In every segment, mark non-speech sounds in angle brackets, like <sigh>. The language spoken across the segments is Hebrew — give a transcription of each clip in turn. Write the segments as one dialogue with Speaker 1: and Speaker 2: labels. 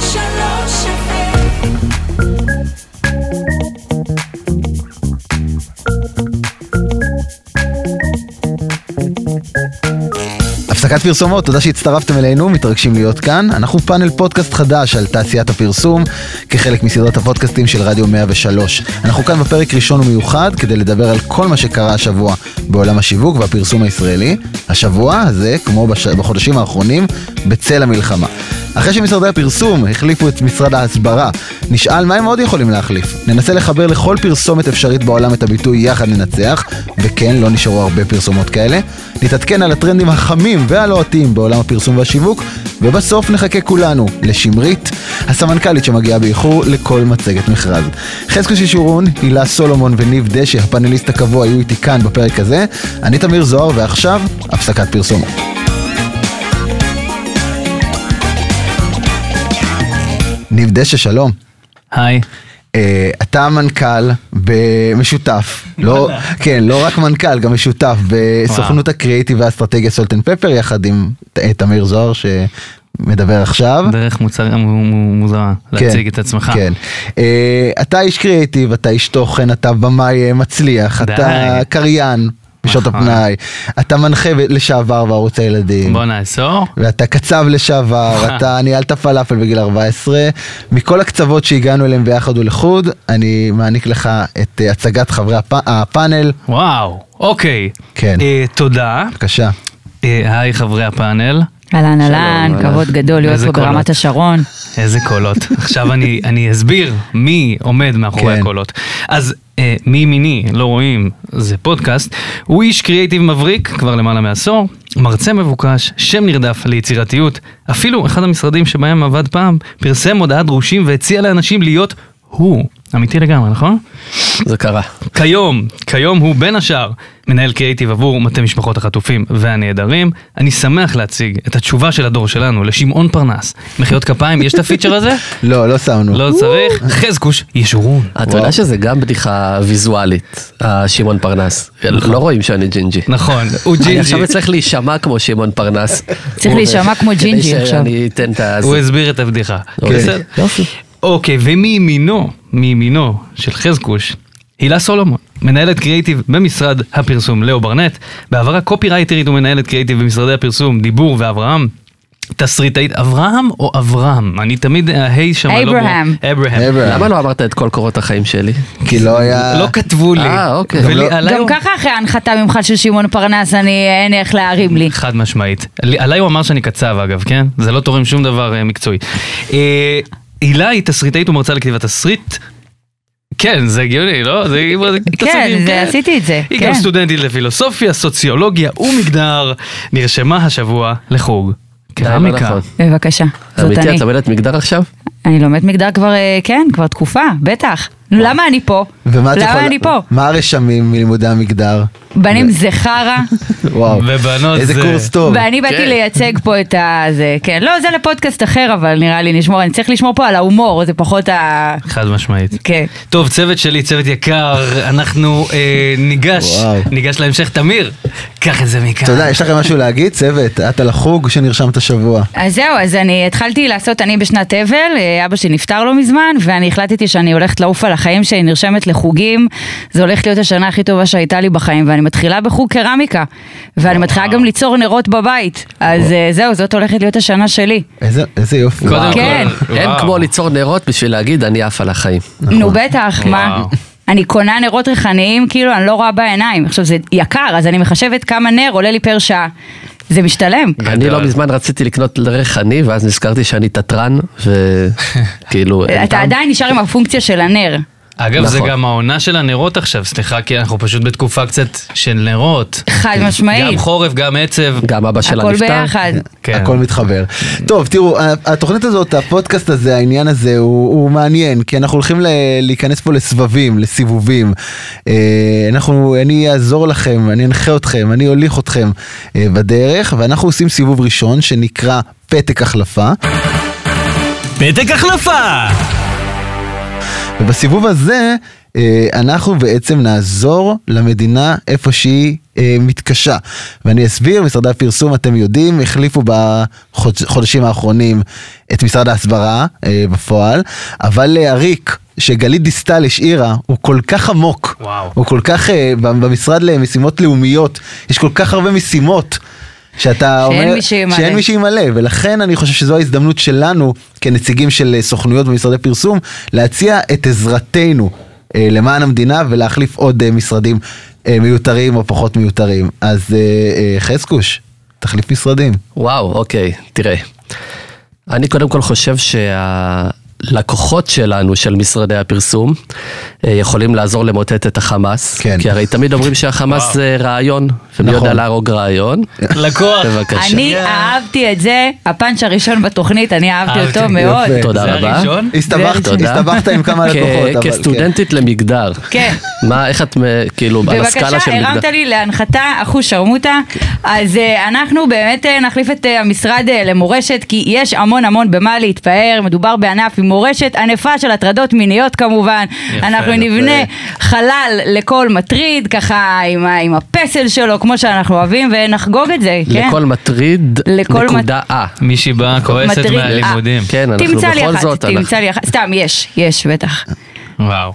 Speaker 1: שלוש אפל
Speaker 2: הפסקת פרסומות, תודה שהצטרפתם אלינו, מתרגשים להיות כאן. אנחנו פאנל פודקאסט חדש על תעשיית הפרסום, כחלק מסדרת הפודקאסטים של רדיו 103. אנחנו כאן בפרק ראשון ומיוחד, כדי לדבר על כל מה שקרה השבוע בעולם השיווק והפרסום הישראלי. השבוע הזה, כמו בש... בחודשים האחרונים, בצל המלחמה. אחרי שמשרדי הפרסום החליפו את משרד ההסברה, נשאל מה הם עוד יכולים להחליף. ננסה לחבר לכל פרסומת אפשרית בעולם את הביטוי יחד ננצח, וכן, לא נשארו הרבה פרסומות כאלה. נתעדכן על הטרנדים החמים והלוהטים בעולם הפרסום והשיווק, ובסוף נחכה כולנו לשמרית, הסמנכ"לית שמגיעה באיחור לכל מצגת מכרז. חזקו שישורון, הילה סולומון וניב דשא, הפאנליסט הקבוע, היו איתי כאן בפרק הזה. אני תמיר זוהר, ועכשיו, הפסקת פרסומות. ניב דשא, שלום.
Speaker 3: היי.
Speaker 2: אה, אתה מנכ"ל במשותף,
Speaker 3: <laughs>
Speaker 2: לא, כן, לא רק מנכ"ל, גם משותף בסוכנות הקריאיטיב והאסטרטגיה סולטן פפר יחד עם ת- אה, תמיר זוהר שמדבר עכשיו.
Speaker 3: דרך מוצר מו- מו- מוזרה
Speaker 2: אה? כן,
Speaker 3: להציג את עצמך.
Speaker 2: כן. אה, אתה איש קריאיטיב, אתה איש תוכן, אתה במאי אה, מצליח,
Speaker 3: די.
Speaker 2: אתה קריין בשעות
Speaker 3: נכון.
Speaker 2: הפנאי, אתה מנחה ב- לשעבר בערוץ הילדים.
Speaker 3: בוא נעשור.
Speaker 2: ואתה קצב
Speaker 3: <laughs>
Speaker 2: לשעבר, אתה ניהלת פלאפל בגיל 14. מכל הקצוות שהגענו אליהם ביחד ולחוד, אני מעניק לך את אה, הצגת חברי הפ... הפאנל.
Speaker 3: וואו. אוקיי.
Speaker 2: כן.
Speaker 3: אה, תודה.
Speaker 2: בבקשה.
Speaker 3: אה, היי חברי הפאנל.
Speaker 4: אהלן אהלן, כבוד גדול להיות
Speaker 3: איזה
Speaker 4: פה
Speaker 3: קולות.
Speaker 4: ברמת השרון.
Speaker 3: איזה
Speaker 2: <laughs>
Speaker 3: קולות. עכשיו אני, אני אסביר מי עומד מאחורי
Speaker 2: כן.
Speaker 3: הקולות. אז אה, מימיני, לא רואים, זה פודקאסט, הוא איש קריאיטיב מבריק כבר למעלה מעשור, מרצה מבוקש, שם נרדף ליצירתיות. אפילו אחד המשרדים שבהם עבד פעם, פרסם הודעת דרושים והציע לאנשים להיות הוא. אמיתי לגמרי, נכון?
Speaker 5: זה קרה.
Speaker 3: כיום, כיום הוא בין השאר מנהל קריאיטיב עבור מטה משפחות החטופים והנעדרים. אני שמח להציג את התשובה של הדור שלנו לשמעון פרנס. מחיאות כפיים, יש את הפיצ'ר הזה?
Speaker 2: לא, לא שמנו.
Speaker 3: לא
Speaker 5: <laughs>
Speaker 3: צריך. חזקוש, ישורון.
Speaker 5: אתה יודע שזה גם בדיחה ויזואלית, השמעון פרנס. לא רואים שאני ג'ינג'י.
Speaker 3: נכון, הוא
Speaker 5: אני
Speaker 3: ג'ינג'י.
Speaker 5: עכשיו צריך להישמע כמו שמעון פרנס.
Speaker 4: צריך להישמע כמו ג'ינג'י
Speaker 5: כדי
Speaker 4: עכשיו.
Speaker 5: שאני אתן את ה...
Speaker 3: הוא כן. הסביר את הבדיחה.
Speaker 5: אוקיי.
Speaker 3: בסדר.
Speaker 5: יופי.
Speaker 3: אוקיי, ומימינו, מימינו של חזקוש, הילה סולומון, מנהלת קריאיטיב במשרד הפרסום לאו ברנט, בעברה קופירייטרית ומנהלת קריאיטיב במשרדי הפרסום דיבור ואברהם. תסריטאית אברהם או אברהם? אני תמיד, ההי שם לא ברור.
Speaker 4: אברהם.
Speaker 3: אברהם.
Speaker 2: מעבר.
Speaker 5: למה לא אמרת את כל קורות החיים שלי?
Speaker 2: כי לא היה...
Speaker 3: לא כתבו לי.
Speaker 5: אה, אוקיי.
Speaker 3: ולי-
Speaker 5: גם
Speaker 2: לא-
Speaker 3: עליי
Speaker 4: גם
Speaker 3: הוא-
Speaker 4: ככה אחרי ההנחתה ממך של שמעון פרנס, אני אין איך
Speaker 3: <laughs>
Speaker 4: להרים לי.
Speaker 3: חד משמעית. לי- עליי הוא אמר שאני קצב אגב, כן? זה לא תורם שום דבר אה, מקצועי. אה, הילה היא תסריטאית ומרצה לכתיבת תסריט. כן, זה הגיוני, לא? זה
Speaker 4: כן,
Speaker 3: תסריטים,
Speaker 4: זה- עשיתי את זה.
Speaker 3: היא
Speaker 4: כן.
Speaker 3: גם סטודנטית לפילוסופיה, סוציולוגיה ומגדר, נרשמה השבוע לחוג.
Speaker 5: לא
Speaker 3: קרמיקה.
Speaker 5: נכון.
Speaker 4: בבקשה, זאת
Speaker 5: אמיתי,
Speaker 4: אני.
Speaker 5: את לומדת מגדר עכשיו?
Speaker 4: אני לומד מגדר כבר, אה, כן, כבר תקופה, בטח. נו, למה אני פה?
Speaker 2: ומה את יכולה-
Speaker 4: למה אני פה?
Speaker 2: מה הרשמים מלימודי המגדר?
Speaker 4: בנים זה חרא,
Speaker 2: וואו.
Speaker 3: ובנות
Speaker 2: איזה
Speaker 3: זה-
Speaker 2: קורס טוב.
Speaker 4: ואני באתי
Speaker 5: כן.
Speaker 4: לייצג פה את ה... זה, כן. לא, זה לפודקאסט אחר, אבל נראה לי נשמור, אני צריך לשמור פה על ההומור, זה פחות ה...
Speaker 3: חד משמעית.
Speaker 4: כן.
Speaker 3: טוב, צוות שלי, צוות יקר, אנחנו אה, ניגש,
Speaker 2: וואו.
Speaker 3: ניגש להמשך. תמיר, קח את זה מכאן.
Speaker 2: אתה יודע, יש לכם משהו להגיד, צוות? את על החוג שנרשמת השבוע.
Speaker 4: אז זהו, אז אני התחלתי לעשות, אני בשנת אבל, אה, אבא שלי נפטר לא מזמן, ואני החלטתי שאני הולכת לעוף על החיים שלי, נרשמת לחוגים, זה הולך להיות השנה הכי טובה שהייתה לי בחיים, ואני מתחילה בחוג קרמיקה, ואני מתחילה גם ליצור נרות בבית, אז אה, זהו, זאת הולכת להיות השנה שלי.
Speaker 2: איזה איזה יופי.
Speaker 3: קודם
Speaker 5: וואו.
Speaker 3: כל,
Speaker 4: כן.
Speaker 5: אין
Speaker 3: וואו.
Speaker 5: כמו ליצור נרות בשביל להגיד אני עף על החיים.
Speaker 4: נו בטח, מה?
Speaker 3: נכון. וואו.
Speaker 4: אני קונה נרות ריחניים, כאילו, אני לא רואה בעיניים. עכשיו, זה יקר, אז אני מחשבת כמה נר עולה לי פר שעה. זה משתלם.
Speaker 5: אני לא מזמן רציתי לקנות ריחני ואז נזכרתי שאני כאילו, תתרן
Speaker 3: <laughs>
Speaker 5: וכאילו... אין
Speaker 4: אתה
Speaker 5: טעם.
Speaker 4: עדיין נשאר עם הפונקציה של הנר.
Speaker 3: אגב, זה
Speaker 5: נכון.
Speaker 3: גם העונה של הנרות עכשיו, סליחה, כי אנחנו פשוט בתקופה קצת של נרות.
Speaker 4: חד
Speaker 3: כן. גם
Speaker 4: משמעית.
Speaker 3: חורף, גם עצב.
Speaker 5: גם אבא שלה נפטר.
Speaker 4: הכל ביחד.
Speaker 3: כן.
Speaker 2: הכל מתחבר. טוב, תראו, ה- התוכנית הזאת, הפודקאסט הזה, העניין הזה, הוא, הוא מעניין, כי אנחנו הולכים ל- להיכנס פה לסבבים, לסיבובים. אה, אנחנו, אני אעזור לכם, אני אנחה אתכם, אני אוליך אתכם אה, בדרך, ואנחנו עושים סיבוב ראשון שנקרא פתק החלפה,
Speaker 3: פתק החלפה!
Speaker 2: ובסיבוב הזה... אה, אנחנו בעצם נעזור למדינה איפה שהיא אה, מתקשה. ואני אסביר, משרדי הפרסום, אתם יודעים, החליפו בחודשים האחרונים את משרד ההסברה אה, בפועל, אבל אה, הריק שגלית דיסטל השאירה הוא כל כך עמוק,
Speaker 3: וואו.
Speaker 2: הוא כל כך, אה, במשרד למשימות לאומיות, יש כל כך הרבה משימות. שאתה
Speaker 4: שאין
Speaker 2: אומר,
Speaker 4: מי שימלא.
Speaker 2: שאין מי שימלא, ולכן אני חושב שזו ההזדמנות שלנו כנציגים של אה, סוכנויות ומשרדי פרסום להציע את עזרתנו אה, למען המדינה ולהחליף עוד אה, משרדים אה, מיותרים או פחות מיותרים. אז אה, אה, חזקוש, תחליף משרדים.
Speaker 5: וואו, אוקיי, תראה. אני קודם כל חושב שהלקוחות שלנו, של משרדי הפרסום, אה, יכולים לעזור למוטט את החמאס.
Speaker 2: כן.
Speaker 5: כי הרי תמיד אומרים שהחמאס
Speaker 3: וואו.
Speaker 5: זה רעיון, ומי
Speaker 2: נכון.
Speaker 5: יודע
Speaker 2: <laughs>
Speaker 5: להרוג רעיון.
Speaker 3: לקוח.
Speaker 5: בבקשה.
Speaker 4: אני אהבתי את זה, הפאנץ' הראשון בתוכנית, אני אהבתי אותו
Speaker 3: אהבתי,
Speaker 4: מאוד.
Speaker 2: יפה.
Speaker 5: תודה
Speaker 3: זה
Speaker 5: רבה.
Speaker 3: הראשון?
Speaker 2: הסתבכת,
Speaker 5: תודה.
Speaker 2: הסתבכת עם
Speaker 4: <laughs>
Speaker 2: כמה
Speaker 5: כ-
Speaker 2: לקוחות. אבל כן.
Speaker 5: כסטודנטית למגדר.
Speaker 4: כן.
Speaker 5: מה, איך את, מ- כאילו, על
Speaker 4: בבקשה,
Speaker 5: הסקאלה של
Speaker 4: הרמת
Speaker 5: מגדר.
Speaker 4: לי להנחתה אחוז שרמוטה. אז אה, אנחנו באמת אה, נחליף את אה, המשרד אה, למורשת, כי יש המון המון במה להתפאר. מדובר בענף עם מורשת ענפה של הטרדות מיניות כמובן.
Speaker 3: יפה,
Speaker 4: אנחנו
Speaker 3: יפה.
Speaker 4: נבנה חלל לכל מטריד, ככה עם ה- עם הפסל שלו, כמו שאנחנו אוהבים, ונחגוג את זה, כן?
Speaker 5: לכל מטריד,
Speaker 4: לכל מט-
Speaker 5: נקודה אה.
Speaker 3: מישהי באה כועסת
Speaker 4: מטריד.
Speaker 3: מהלימודים.
Speaker 5: כן, אנחנו
Speaker 4: תמצא לי
Speaker 5: בכל
Speaker 4: אחת,
Speaker 5: זאת, אנחנו-
Speaker 4: תמצא לי אחת, סתם, יש, יש, בטח.
Speaker 5: כן.
Speaker 3: וואו.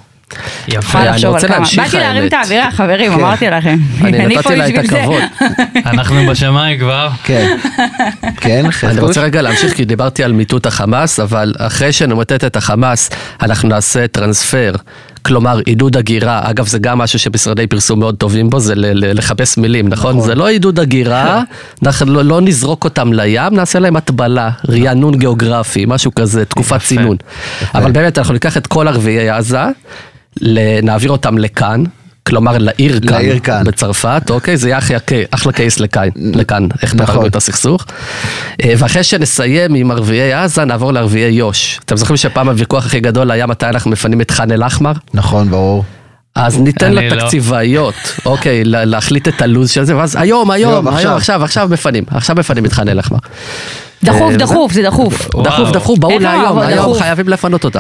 Speaker 3: יפה.
Speaker 4: יכולה
Speaker 5: אני
Speaker 4: לחשוב
Speaker 5: רוצה
Speaker 4: על כמה.
Speaker 5: להמשיך,
Speaker 4: באתי להרים
Speaker 5: האמת. כן.
Speaker 4: את האווירה, חברים, אמרתי לכם.
Speaker 5: אני
Speaker 4: פה
Speaker 5: נתתי לה את
Speaker 4: בשביל זה.
Speaker 5: הכבוד.
Speaker 3: אנחנו בשמיים כבר.
Speaker 2: כן,
Speaker 4: <laughs>
Speaker 2: כן,
Speaker 5: אני
Speaker 2: חזקוש.
Speaker 5: רוצה רגע להמשיך, כי דיברתי על מיטוט החמאס, אבל אחרי שנמוטט את החמאס, אנחנו נעשה טרנספר. כלומר, עידוד הגירה, אגב, זה גם משהו שמשרדי פרסום מאוד טובים בו, זה ל- ל- לחפש מילים, נכון? זה לא
Speaker 2: <laughs>
Speaker 5: עידוד הגירה, אנחנו לא- לא נזרוק אותם לים, נעשה להם הטבלה,
Speaker 2: נכון.
Speaker 5: רענון גיאוגרפי, משהו כזה, תקופת צינון. אבל באמת, אנחנו ניקח את כל ערביי עזה, ל- נעביר אותם לכאן. כלומר לעיר כאן,
Speaker 2: לעיר כאן.
Speaker 5: בצרפת, אוקיי? זה יהיה אחלה קי- אחלה קייס לכאן, לכאן, איך
Speaker 2: נכון.
Speaker 5: פתרנו את הסכסוך. אה, ואחרי שנסיים עם ערביי עזה, נעבור לערביי יו"ש. אתם זוכרים שפעם הוויכוח הכי גדול היה מתי אנחנו מפנים את ח'אן אל-אחמר?
Speaker 2: נכון, ברור.
Speaker 5: אז ניתן
Speaker 3: אני לא.
Speaker 5: לתקציבאיות, אוקיי, לה- להחליט את הלו"ז של זה, ואז היום, היום,
Speaker 2: לא, עכשיו.
Speaker 5: היום, עכשיו, עכשיו מפנים, עכשיו מפנים את ח'אן אל-אחמר.
Speaker 4: דחוף,
Speaker 5: אה,
Speaker 4: דחוף, זה דחוף.
Speaker 3: וואו.
Speaker 5: דחוף, דחוף, באו
Speaker 4: אין מה,
Speaker 5: להיום,
Speaker 4: אבל
Speaker 5: היום
Speaker 4: דחוף.
Speaker 5: חייבים לפנות אותם.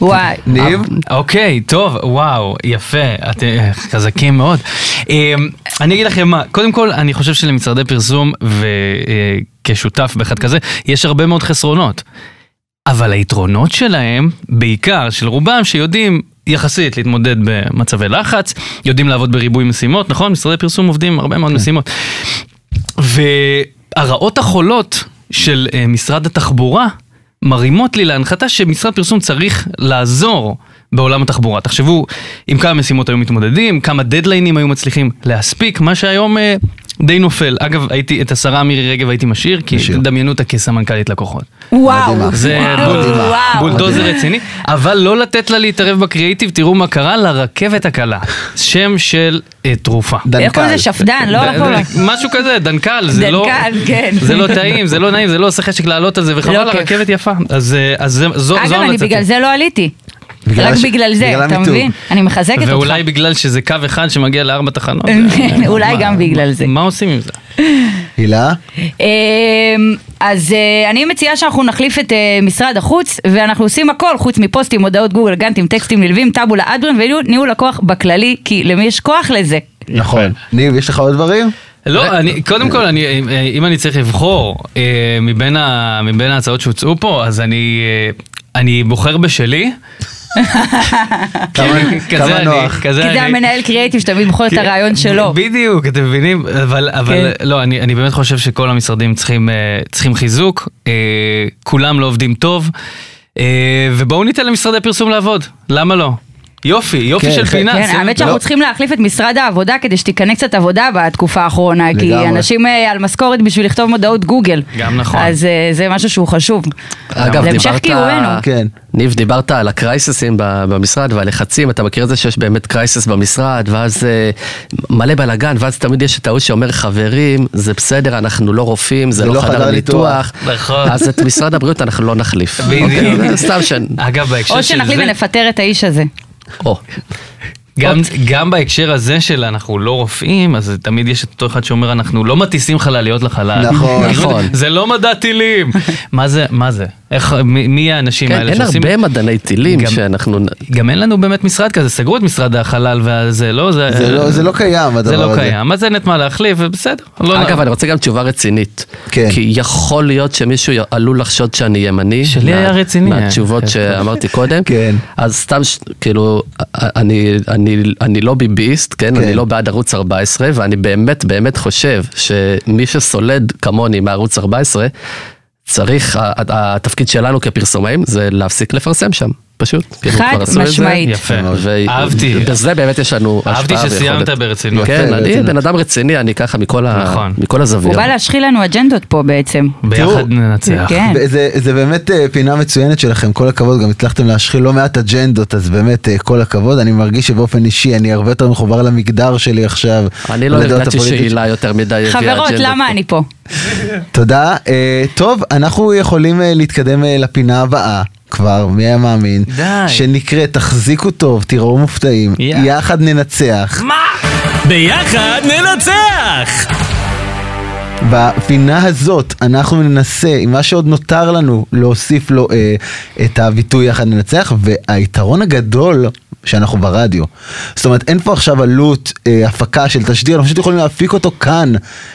Speaker 4: וואי.
Speaker 2: ניב?
Speaker 3: אוקיי, טוב, וואו, יפה, אתם חזקים מאוד. אמ, אני אגיד לכם מה, קודם כל, אני חושב שלמשרדי פרסום, וכשותף באחד כזה, יש הרבה מאוד חסרונות. אבל היתרונות שלהם, בעיקר של רובם, שיודעים יחסית להתמודד במצבי לחץ, יודעים לעבוד בריבוי משימות, נכון? משרדי פרסום עובדים הרבה מאוד משימות. והרעות החולות של אה, משרד התחבורה מרימות לי להנחתה שמשרד פרסום צריך לעזור בעולם התחבורה. תחשבו עם כמה משימות היו מתמודדים, כמה דדליינים היו מצליחים להספיק, מה שהיום אה, די נופל. אגב, הייתי, את השרה מירי רגב הייתי משאיר, כי
Speaker 2: משאיר.
Speaker 3: דמיינו אותה כסמנכ"לית לקוחות.
Speaker 4: וואו.
Speaker 2: מדהימה.
Speaker 3: זה
Speaker 4: וואו,
Speaker 3: בול-
Speaker 4: וואו.
Speaker 3: בולדוזר רציני, אבל לא לתת לה להתערב בקריאיטיב, תראו מה קרה לרכבת הקלה. שם של אה, תרופה.
Speaker 4: איך קוראים לזה?
Speaker 2: דנקל.
Speaker 4: שפדן, לא? איך קוראים לזה?
Speaker 3: משהו כזה, דנקל, זה לא,
Speaker 4: דנקל, כן.
Speaker 3: זה לא טעים, זה לא נעים, זה לא עושה חשק לעלות על זה, וחבל,
Speaker 4: לא כיף.
Speaker 3: הרכבת יפה. אז אה, אז זה- זו זו
Speaker 4: אגב, אני
Speaker 3: המלצתי.
Speaker 4: בגלל זה לא עליתי.
Speaker 2: בגלל
Speaker 4: רק
Speaker 2: הש-
Speaker 4: בגלל
Speaker 2: בגלל
Speaker 4: זה, אתה
Speaker 2: המיתוג.
Speaker 4: מבין? אני מחזקת אותך.
Speaker 3: ואולי בגלל שזה קו אחד שמגיע לארבע תחנות.
Speaker 4: <laughs> אולי
Speaker 3: מה-
Speaker 4: גם בגלל זה.
Speaker 3: מה עושים עם זה?
Speaker 2: הילה?
Speaker 4: אמ, אז אה, אני מציעה שאנחנו נחליף את אה, משרד החוץ, ואנחנו עושים הכל חוץ מפוסטים, הודעות גוגל, גאנטים, טקסטים נלווים, טאבולה אדרן וניהול לקוח בכללי, כי למי יש כוח לזה?
Speaker 2: נכון. ניב, יש לך עוד דברים?
Speaker 3: לא, אני, קודם כל, אני, אה, אם אני צריך לבחור אה, מבין, ה, מבין ההצעות שהוצעו פה, אז אני, אה, אני בוחר
Speaker 4: <laughs>
Speaker 3: בשלי.
Speaker 2: כמה-
Speaker 3: כזה
Speaker 2: כמה
Speaker 3: אני-
Speaker 2: נוח.
Speaker 3: כזה
Speaker 4: כי זה
Speaker 3: אני.
Speaker 4: המנהל קריאיטיב שתמיד בוחר את
Speaker 3: כן,
Speaker 4: הרעיון
Speaker 3: ב-
Speaker 4: שלו.
Speaker 3: בדיוק, אתם מבינים? אבל, אבל
Speaker 4: כן.
Speaker 3: לא, אני, אני באמת חושב שכל המשרדים צריכים, אה, צריכים חיזוק, אה, כולם לא עובדים טוב, אה, ובואו ניתן למשרדי פרסום לעבוד, למה לא? יופי, יופי
Speaker 2: כן,
Speaker 3: של
Speaker 2: כן.
Speaker 3: פינה.
Speaker 4: כן,
Speaker 3: עשינו-
Speaker 4: האמת שאנחנו
Speaker 2: לא.
Speaker 4: צריכים להחליף את משרד העבודה כדי שתיכנס קצת עבודה בתקופה האחרונה, כי
Speaker 2: לגמרי.
Speaker 4: אנשים אה, על משכורת בשביל לכתוב מודעות גוגל.
Speaker 3: גם נכון.
Speaker 4: אז אה, זה משהו שהוא חשוב.
Speaker 5: אגב,
Speaker 4: זה המשך
Speaker 5: דיברת-
Speaker 4: קיומנו.
Speaker 2: כן.
Speaker 5: ניב, דיברת על הקרייססים ב- במשרד והלחצים, אתה מכיר את זה שיש באמת קרייסס במשרד, ואז אה, מלא בלאגן, ואז תמיד יש את ההוא שאומר, חברים, זה בסדר, אנחנו לא רופאים, זה לא חדר ניתוח.
Speaker 3: נכון.
Speaker 5: אז את משרד הבריאות אנחנו לא נחליף.
Speaker 3: בדיוק. אה,
Speaker 5: אוקיי, זה סתם ש...
Speaker 3: אגב, בהקשר של
Speaker 4: או
Speaker 3: זה...
Speaker 4: שנחליף ונפטר את האיש הזה.
Speaker 5: או,
Speaker 3: גם, גם בהקשר הזה של אנחנו לא רופאים, אז תמיד יש את אותו אחד שאומר <laughs> אנחנו לא מטיסים חלליות לחלל.
Speaker 2: נכון.
Speaker 5: נכון.
Speaker 2: <laughs>
Speaker 3: זה לא מדע טילים. מה זה, מה זה? איך, מי, מי האנשים
Speaker 5: כן,
Speaker 3: האלה
Speaker 5: אין
Speaker 3: שעושים...
Speaker 5: הרבה מדעני טילים
Speaker 3: גם-
Speaker 5: שאנחנו... נ-
Speaker 3: גם אין לנו באמת משרד כזה, סגרו את משרד החלל והזה, לא? זה,
Speaker 2: זה לא- זה לא קיים, הדבר
Speaker 3: זה לא
Speaker 2: הזה.
Speaker 3: קיים, אז אין את מה להחליף, ובסדר. לא,
Speaker 5: אגב, אני רוצה גם תשובה רצינית.
Speaker 2: כן.
Speaker 5: כי יכול להיות שמישהו י- עלול לחשוד שאני ימני.
Speaker 3: שלי
Speaker 5: מה-
Speaker 3: היה רציני.
Speaker 5: מהתשובות שאמרתי קודם.
Speaker 2: כן.
Speaker 5: אז סתם, ש- כאילו, אני- אני- אני לא ביביסט, כן?
Speaker 2: כן.
Speaker 5: אני לא בעד ערוץ 14, ואני באמת באמת חושב שמי שסולד כמוני מערוץ 14, צריך, ה- ה- התפקיד שלנו כפרסומאים זה להפסיק לפרסם שם, פשוט. כאילו,
Speaker 4: חד
Speaker 5: כבר עשו את כן, זה.
Speaker 4: משמעית.
Speaker 3: יפה.
Speaker 2: לא-
Speaker 5: ו-
Speaker 3: אהבתי.
Speaker 5: בזה באמת יש לנו השפעה
Speaker 3: אהבתי שסיימת
Speaker 5: ויכולת.
Speaker 3: ברצינות.
Speaker 5: כן, אני
Speaker 2: ברצינות.
Speaker 5: בן אדם רציני, אני ככה מכל ה-
Speaker 3: נכון.
Speaker 5: מכל הזוויות.
Speaker 4: הוא בא להשחיל לנו אג'נדות פה בעצם.
Speaker 3: ביחד
Speaker 2: תראו,
Speaker 3: ננצח.
Speaker 4: כן.
Speaker 2: זה, זה באמת אה, פינה מצוינת שלכם, כל הכבוד, גם הצלחתם להשחיל לא מעט אג'נדות, אז באמת אה, כל הכבוד, אני מרגיש שבאופן אישי אני הרבה יותר מחובר למגדר שלי עכשיו.
Speaker 5: אני לא
Speaker 2: לדעות
Speaker 5: הרגשתי
Speaker 2: הפוליטית
Speaker 5: שאלה יותר מדי. הביאה
Speaker 4: חברות,
Speaker 5: אג'נדות.
Speaker 4: למה אני פה?
Speaker 2: תודה. אה, טוב, אנחנו יכולים אה, להתקדם אה, לפינה הבאה. כבר, מי היה מאמין?
Speaker 3: די.
Speaker 2: שנקראת, תחזיקו טוב, תיראו מופתעים,
Speaker 3: יא.
Speaker 2: יחד ננצח.
Speaker 1: ביחד ננצח!
Speaker 2: בפינה הזאת אנחנו ננסה, עם מה שעוד נותר לנו, להוסיף לו אה, את הביטוי יחד ננצח, והיתרון הגדול שאנחנו ברדיו. זאת אומרת, אין פה עכשיו עלות אה, הפקה של תשדיר, אנחנו פשוט יכולים להפיק אותו כאן,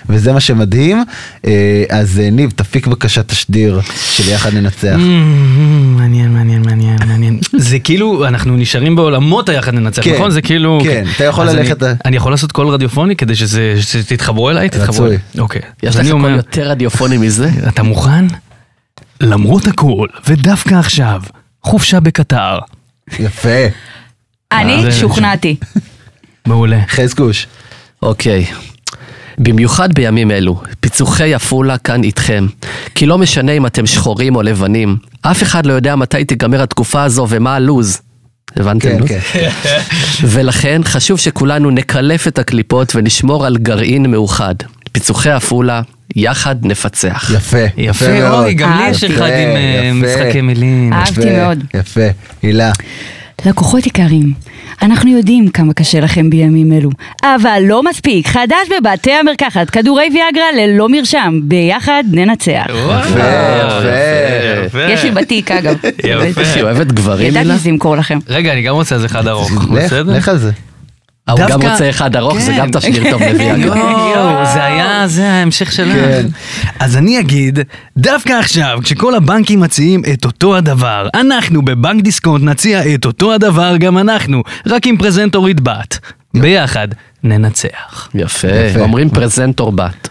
Speaker 2: וזה מה שמדהים. אה, אז אה, ניב, תפיק בבקשה תשדיר של יחד
Speaker 3: <laughs>
Speaker 2: ננצח.
Speaker 3: אמ, מעניין, מעניין, מעניין, מעניין. <laughs> זה כאילו, אנחנו נשארים בעולמות היחד ננצח,
Speaker 2: כן,
Speaker 3: נכון? זה כאילו...
Speaker 2: כן, אתה יכול
Speaker 3: אז
Speaker 2: ללכת-
Speaker 3: אני- אני יכול לעשות קול רדיופוני כדי שזה, שתתחברו אליי? תתחברו.
Speaker 2: רצוי.
Speaker 3: אוקיי.
Speaker 5: יש
Speaker 3: אז אני
Speaker 5: לך קול
Speaker 3: אומר-
Speaker 5: יותר רדיופוני מזה?
Speaker 3: אתה מוכן? למרות הכל, ודווקא עכשיו, חופשה בקטר.
Speaker 2: יפה,
Speaker 4: אני
Speaker 3: זה-
Speaker 4: שוכנעתי.
Speaker 3: מעולה.
Speaker 2: חזקוש.
Speaker 5: אוקיי. במיוחד בימים אלו, פיצוחי עפולה כאן איתכם. כי לא משנה אם אתם שחורים או לבנים, אף אחד לא יודע מתי תיגמר התקופה הזו ומה הלו"ז. הבנתם?
Speaker 2: כן,
Speaker 5: לא?
Speaker 3: <laughs>
Speaker 2: כן.
Speaker 5: ולכן חשוב שכולנו נקלף את הקליפות ונשמור על גרעין מאוחד. פיצוחי עפולה, יחד נפצח.
Speaker 2: יפה,
Speaker 3: יפה, אורי, גם לי
Speaker 4: אהבתי.
Speaker 3: יש אחד עם אה,
Speaker 2: יפה, יפה.
Speaker 3: משחקי מילים.
Speaker 4: אה, אהבתי
Speaker 2: יפה,
Speaker 4: מאוד.
Speaker 2: יפה, הילה.
Speaker 4: לקוחות יקרים, אנחנו יודעים כמה קשה לכם בימים אלו, אבל לא מספיק, חדש בבתי המרקחת, כדורי ויאגרה ללא מרשם, ביחד ננצח.
Speaker 2: יפה, יפה.
Speaker 3: יפה.
Speaker 4: יש לי בתיק אגב.
Speaker 3: יפה.
Speaker 5: שהיא אוהבת גברים,
Speaker 4: ידעתי
Speaker 5: מילה?
Speaker 4: שזה ימכור לכם.
Speaker 3: רגע, אני גם רוצה איזה אחד ארוך,
Speaker 2: לך,
Speaker 3: בסדר?
Speaker 2: לך על זה.
Speaker 5: אה, הוא גם
Speaker 3: דווקא-
Speaker 5: רוצה אחד ארוך, זה גם
Speaker 3: כן.
Speaker 5: תשדיר טוב לוויאגרה.
Speaker 3: יואו, זה היה, זה ההמשך שלך.
Speaker 2: כן.
Speaker 3: אז אני אגיד, דווקא עכשיו, כשכל הבנקים מציעים את אותו הדבר, אנחנו בבנק דיסקונט נציע את אותו הדבר גם אנחנו, רק עם פרזנטורית בת. ביחד ננצח.
Speaker 5: יפה,
Speaker 2: יפה.
Speaker 5: אומרים פרזנטור בת.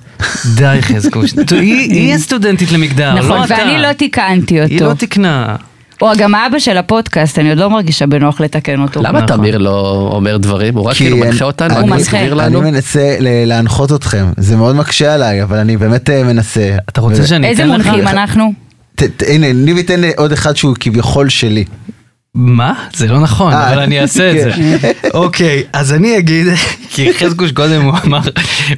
Speaker 3: די חזקוש, ת- היא היא הסטודנטית למגדר, לא אתה.
Speaker 4: נכון, ואני לא תיקנתי
Speaker 3: היא לא
Speaker 4: אותו.
Speaker 3: תקנה.
Speaker 4: או גם האבא של הפודקאסט, אני עוד לא מרגישה בנוח לתקן אותו.
Speaker 5: למה
Speaker 3: נכון.
Speaker 5: תמיר לא אומר דברים? הוא רק כאילו
Speaker 2: כי
Speaker 5: מנחה
Speaker 2: אני-
Speaker 5: אותנו?
Speaker 2: אני-
Speaker 5: רק
Speaker 4: הוא
Speaker 5: מסביר
Speaker 4: מנחה.
Speaker 5: לנו?
Speaker 2: אני מנסה ל- להנחות אתכם, זה מאוד מקשה עליי, אבל אני באמת אה, מנסה.
Speaker 3: אתה רוצה
Speaker 2: ו-
Speaker 3: שאני
Speaker 4: איזה
Speaker 3: אתן לך?
Speaker 4: מונחים אנחנו?
Speaker 2: ת- ת- הנה, ניב ייתן לי עוד אחד שהוא כביכול שלי.
Speaker 3: מה? זה לא נכון,
Speaker 2: אה,
Speaker 3: אבל אני אעשה את זה. אוקיי, אז אני אגיד, <laughs> כי חזקוש קודם הוא אמר,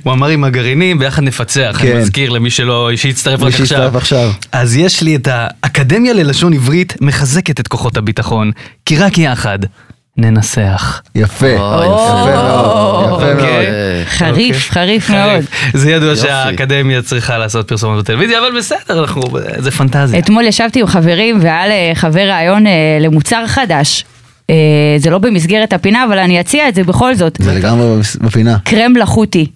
Speaker 3: הוא אמר עם הגרעינים, ביחד נפצח,
Speaker 2: כן.
Speaker 3: אני מזכיר למי שלא, שהצטרף
Speaker 2: מי
Speaker 3: רק
Speaker 2: שהצטרף
Speaker 3: עכשיו.
Speaker 2: עכשיו.
Speaker 3: אז יש לי את האקדמיה ללשון עברית מחזקת את כוחות הביטחון, כי רק יחד ננסח.
Speaker 2: יפה.
Speaker 5: אוי,
Speaker 2: יפה מאוד, יפה מאוד.
Speaker 3: אוקיי.
Speaker 5: אה,
Speaker 4: חריף, חריף מאוד.
Speaker 3: חריף. זה ידוע
Speaker 5: יופי.
Speaker 3: שהאקדמיה צריכה לעשות פרסומות בטלוויזיה, אבל בסדר, אנחנו, זה פנטזיה.
Speaker 4: אתמול ישבתי עם חברים והיה לחבר רעיון אה, למוצר חדש. אה, זה לא במסגרת הפינה, אבל אני אציע את זה בכל זאת.
Speaker 2: זה לגמרי בפינה.
Speaker 4: קרם מלאכותי.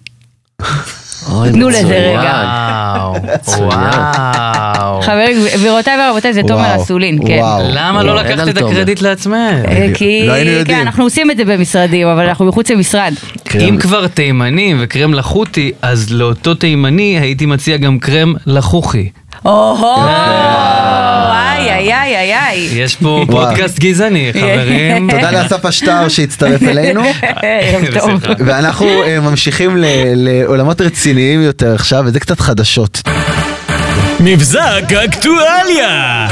Speaker 5: אוי,
Speaker 4: תנו לזה
Speaker 5: מצוין.
Speaker 4: רגע.
Speaker 3: וואו, וואו.
Speaker 4: חברים, גבירותיי ורבותיי, זה תומר
Speaker 2: וואו,
Speaker 4: אסולין, כן.
Speaker 2: וואו.
Speaker 3: למה
Speaker 5: וואו,
Speaker 3: לא
Speaker 5: אין
Speaker 3: לקחת
Speaker 5: על
Speaker 3: את
Speaker 5: תומר.
Speaker 3: הקרדיט לעצמך?
Speaker 4: אה, כי
Speaker 2: לא היינו יודעים.
Speaker 4: כן, אנחנו עושים את זה במשרדים, אבל אנחנו מחוץ למשרד.
Speaker 2: קרם.
Speaker 3: אם כבר תימני וקרם לחותי, אז לאותו תימני הייתי מציע גם קרם לחוכי.
Speaker 4: או-הו! איי, איי, איי, איי.
Speaker 3: יש
Speaker 2: <laughs>
Speaker 3: פה
Speaker 2: וואו.
Speaker 3: פודקאסט גזעני, חברים.
Speaker 2: תודה לאסף אשטר שהצטרף
Speaker 4: <laughs>
Speaker 2: אלינו.
Speaker 4: ערב טוב.
Speaker 3: בשמחה.
Speaker 2: ואנחנו אה, ממשיכים ל- לעולמות רציניים יותר עכשיו, וזה קצת חדשות.
Speaker 1: מבזק אקטואליה!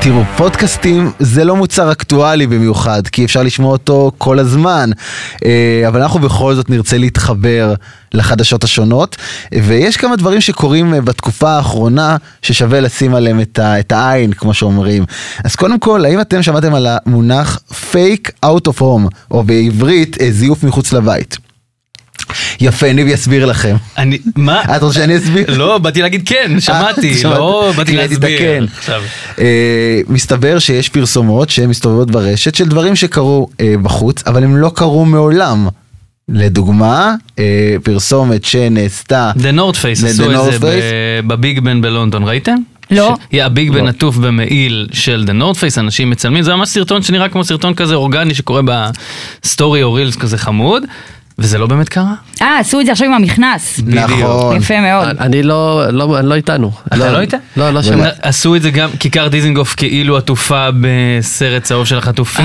Speaker 2: תראו, פודקאסטים זה לא מוצר אקטואלי במיוחד, כי אפשר לשמוע אותו כל הזמן, אה, אבל אנחנו בכל זאת נרצה להתחבר לחדשות השונות, אה, ויש כמה דברים שקורים אה, בתקופה האחרונה ששווה לשים עליהם את, ה, את העין, כמו שאומרים. אז קודם כל, האם אתם שמעתם על המונח fake out of home, או בעברית אה, זיוף מחוץ לבית? יפה, ניב יסביר לכם.
Speaker 3: אני, מה?
Speaker 2: את רוצה שאני אסביר? אה,
Speaker 3: לא, באתי להגיד כן,
Speaker 2: <laughs>
Speaker 3: שמעתי, לא באתי
Speaker 2: כי ראיתי את
Speaker 3: להסביר.
Speaker 2: הכן.
Speaker 3: עכשיו,
Speaker 2: אה, מסתבר שיש פרסומות שהן מסתובבות ברשת של דברים שקרו אה, בחוץ, אבל הם לא קרו מעולם. לדוגמה, אה, פרסומת שנעשתה...
Speaker 3: The North Face
Speaker 2: The
Speaker 3: עשו
Speaker 2: North
Speaker 3: את זה ב- בביג בן בלונדון, ראיתם?
Speaker 4: לא.
Speaker 3: ש- יא, הביג בן עטוף במעיל של The North Face, אנשים מצלמים, זה ממש סרטון שנראה כמו סרטון כזה אורגני שקורה בסטורי או רילס כזה חמוד, וזה לא באמת קרה.
Speaker 4: אה, עשו את זה עכשיו עם המכנס.
Speaker 2: נכון.
Speaker 4: יפה מאוד.
Speaker 5: אני לא, לא, אני לא איתנו.
Speaker 3: אתה לא היית?
Speaker 5: לא, לא
Speaker 3: הם
Speaker 5: שמעתי.
Speaker 3: עשו את זה גם, כיכר דיזינגוף כאילו עטופה בסרט צהוב של החטופים.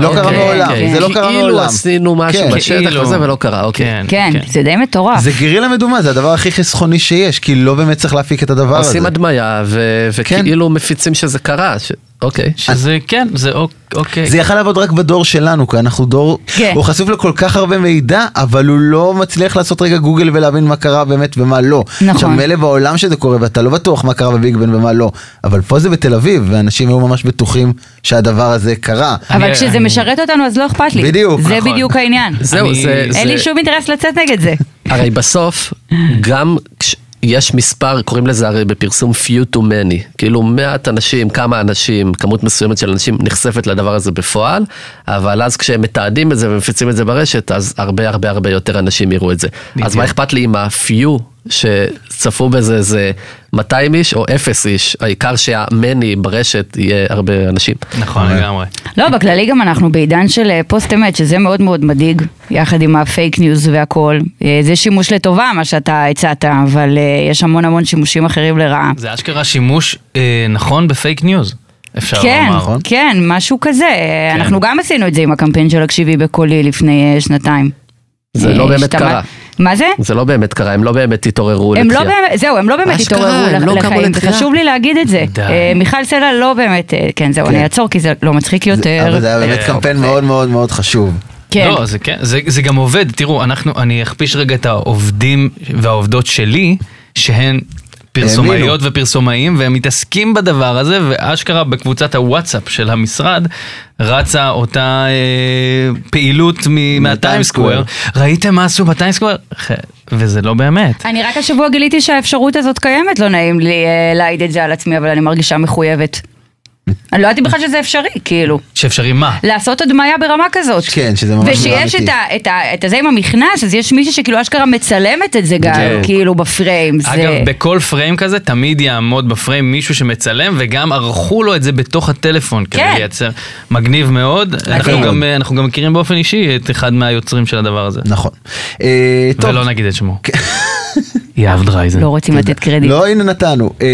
Speaker 2: לא קרה
Speaker 5: אוקיי,
Speaker 2: מעולם,
Speaker 5: אוקיי.
Speaker 2: זה לא קרה
Speaker 5: כאילו
Speaker 2: מעולם.
Speaker 5: עשינו משהו
Speaker 2: כן.
Speaker 5: בשטח
Speaker 3: כאילו.
Speaker 5: וזה ולא קרה, אוקיי.
Speaker 3: כן,
Speaker 4: כן,
Speaker 3: כן.
Speaker 4: זה די מטורף.
Speaker 2: זה גרילה מדומה, זה הדבר הכי חסכוני שיש, כי לא באמת צריך להפיק את הדבר הזה.
Speaker 5: עושים הדמיה ו- וכאילו
Speaker 2: כן.
Speaker 5: מפיצים שזה קרה, ש- אוקיי.
Speaker 3: שזה כן, זה אוק- אוקיי.
Speaker 2: זה יכול לעבוד רק בדור שלנו, כי אנחנו דור,
Speaker 4: כן.
Speaker 2: הוא חשוף לכל כך הרבה מידע, אבל הוא לא מצליח לעשות רגע גוגל ולהבין מה קרה באמת ומה לא.
Speaker 4: נכון.
Speaker 2: עכשיו מילא בעולם שזה קורה, ואתה לא בטוח מה קרה בביג בן ומה לא, אבל פה זה בתל אביב, ואנשים היו ממש בטוחים שהדבר הזה קרה.
Speaker 4: אבל
Speaker 3: אני-
Speaker 4: כשזה
Speaker 3: אני-
Speaker 4: משרת אותנו אז לא אכפת לי.
Speaker 2: בדיוק,
Speaker 4: זה
Speaker 3: נכון.
Speaker 4: בדיוק העניין.
Speaker 5: זהו,
Speaker 3: אני-
Speaker 5: זה...
Speaker 4: אין לי
Speaker 5: זה-
Speaker 4: שום אינטרס לצאת נגד זה.
Speaker 5: הרי בסוף, גם כש... יש מספר, קוראים לזה הרי בפרסום few to many, כאילו מעט אנשים, כמה אנשים, כמות מסוימת של אנשים נחשפת לדבר הזה בפועל, אבל אז כשהם מתעדים את זה ומפיצים את זה ברשת, אז הרבה הרבה הרבה יותר אנשים יראו את זה. אז מה אכפת לי אם ה-few שצפו בזה זה 200 איש או 0 איש, העיקר שה-many ברשת יהיה הרבה אנשים.
Speaker 3: נכון לגמרי.
Speaker 4: לא, בכללי גם אנחנו בעידן של אה, פוסט אמת, שזה מאוד מאוד מדאיג, יחד עם הפייק ניוז והכל. אה, זה שימוש לטובה, מה שאתה הצעת, אבל אה, יש המון המון שימושים אחרים לרעה.
Speaker 3: זה אשכרה שימוש אה, נכון בפייק ניוז, אפשר
Speaker 4: כן,
Speaker 2: נכון.
Speaker 3: לומר.
Speaker 4: כן, משהו כזה. אה, אנחנו גם עשינו את זה עם הקמפיין של הקשיבי בקולי לפני אה, שנתיים.
Speaker 5: זה
Speaker 4: אה,
Speaker 5: לא באמת
Speaker 4: השתמע-
Speaker 5: קרה.
Speaker 4: מה זה?
Speaker 5: זה לא באמת קרה, הם לא באמת התעוררו
Speaker 4: הם לא
Speaker 5: לתחייה.
Speaker 4: באמת, זהו, הם לא באמת
Speaker 5: אשכרה,
Speaker 4: התעוררו לח-
Speaker 5: הם לא קמו
Speaker 4: לחיים, זה
Speaker 5: לתחייה.
Speaker 4: חשוב לי להגיד את זה.
Speaker 3: די.
Speaker 4: אה, מיכל סלע לא באמת, אה, כן, זהו, אני אעצור כי זה לא מצחיק
Speaker 2: זה- אבל
Speaker 4: יותר.
Speaker 2: זה היה באמת
Speaker 3: אה,
Speaker 2: קמפיין מאוד מאוד מאוד חשוב.
Speaker 4: כן.
Speaker 3: לא, זה כן, זה, זה גם עובד, תראו, אנחנו, אני אכפיש רגע את העובדים והעובדות שלי, שהן פרסומאיות ופרסומאים, והם מתעסקים בדבר הזה, ואשכרה בקבוצת הוואטסאפ של המשרד, רצה אותה אה, פעילות מהטיים סקוואר, ראיתם מה עשו בטיים סקוואר? ח- וזה לא באמת.
Speaker 4: אני רק השבוע גיליתי שהאפשרות הזאת קיימת, לא נעים לי אה, להעיד את זה על עצמי, אבל אני מרגישה מחויבת. אני לא ידעתי בכלל שזה אפשרי, כאילו.
Speaker 3: שאפשרי מה?
Speaker 4: לעשות הדמיה ברמה כזאת.
Speaker 2: כן, שזה ממש נראה
Speaker 4: ושיש
Speaker 2: אמיתי.
Speaker 4: את, ה, את, ה, את הזה עם המכנס, אז יש מישהי שכאילו אשכרה מצלמת את זה גם,
Speaker 5: בדיוק.
Speaker 4: כאילו בפריים. זה...
Speaker 3: אגב, בכל פריים כזה תמיד יעמוד בפריים מישהו שמצלם, וגם ערכו לו את זה בתוך הטלפון כדי
Speaker 4: כן.
Speaker 3: לייצר. מגניב מאוד. אנחנו גם, אנחנו גם מכירים באופן אישי את אחד מהיוצרים של הדבר הזה.
Speaker 2: נכון. אה, טוב,
Speaker 3: ולא נגיד את שמו. <laughs> יהב דרייזן.
Speaker 4: כן. לא רוצים לתת קרדיט.
Speaker 2: לא, הנה נתנו. אה,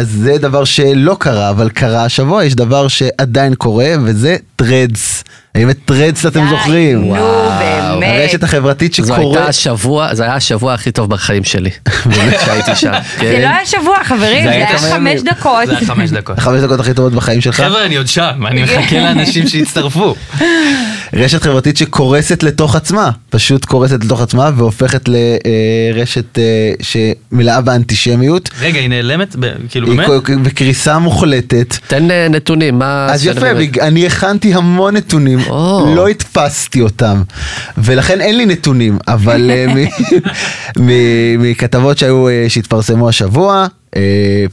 Speaker 2: אז זה דבר שלא קרה, אבל קרה השבוע, יש דבר שעדיין קורה, וזה טרדס. האם את טרדס אתם
Speaker 4: די,
Speaker 2: זוכרים?
Speaker 4: נו,
Speaker 5: וואו.
Speaker 4: באמת.
Speaker 2: הרשת החברתית
Speaker 5: זו הייתה
Speaker 2: שקורית...
Speaker 5: השבוע, זה היה השבוע הכי טוב בחיים שלי, <laughs> באמת שהייתי שם.
Speaker 4: <laughs> זה לא
Speaker 5: כן.
Speaker 4: היה שבוע, חברים,
Speaker 2: זה
Speaker 4: זה
Speaker 2: היה
Speaker 4: היה
Speaker 2: כמה
Speaker 4: חמש
Speaker 2: ימים.
Speaker 4: דקות.
Speaker 3: זה היה חמש
Speaker 4: <laughs>
Speaker 3: דקות.
Speaker 2: חמש דקות הכי טובות בחיים שלך.
Speaker 3: חבר'ה, אני עוד שם, אני
Speaker 4: כן.
Speaker 3: מחכה לאנשים שיצטרפו.
Speaker 2: רשת חברתית שקורסת לתוך עצמה, פשוט קורסת לתוך עצמה והופכת לרשת אה, שמלאה באנטישמיות.
Speaker 3: רגע, היא נעלמת? ב- כאילו,
Speaker 2: היא
Speaker 3: באמת?
Speaker 2: קו- בקריסה מוחלטת.
Speaker 5: תן אה, נתונים, מה...
Speaker 2: אז
Speaker 5: שאני
Speaker 2: יפה,
Speaker 5: באמת-
Speaker 2: בג... אני הכנתי המון נתונים,
Speaker 5: או.
Speaker 2: לא הדפסתי אותם, ולכן אין לי נתונים, אבל אה, מ- מ- מכתבות שהיו, אה, שהתפרסמו השבוע, אה,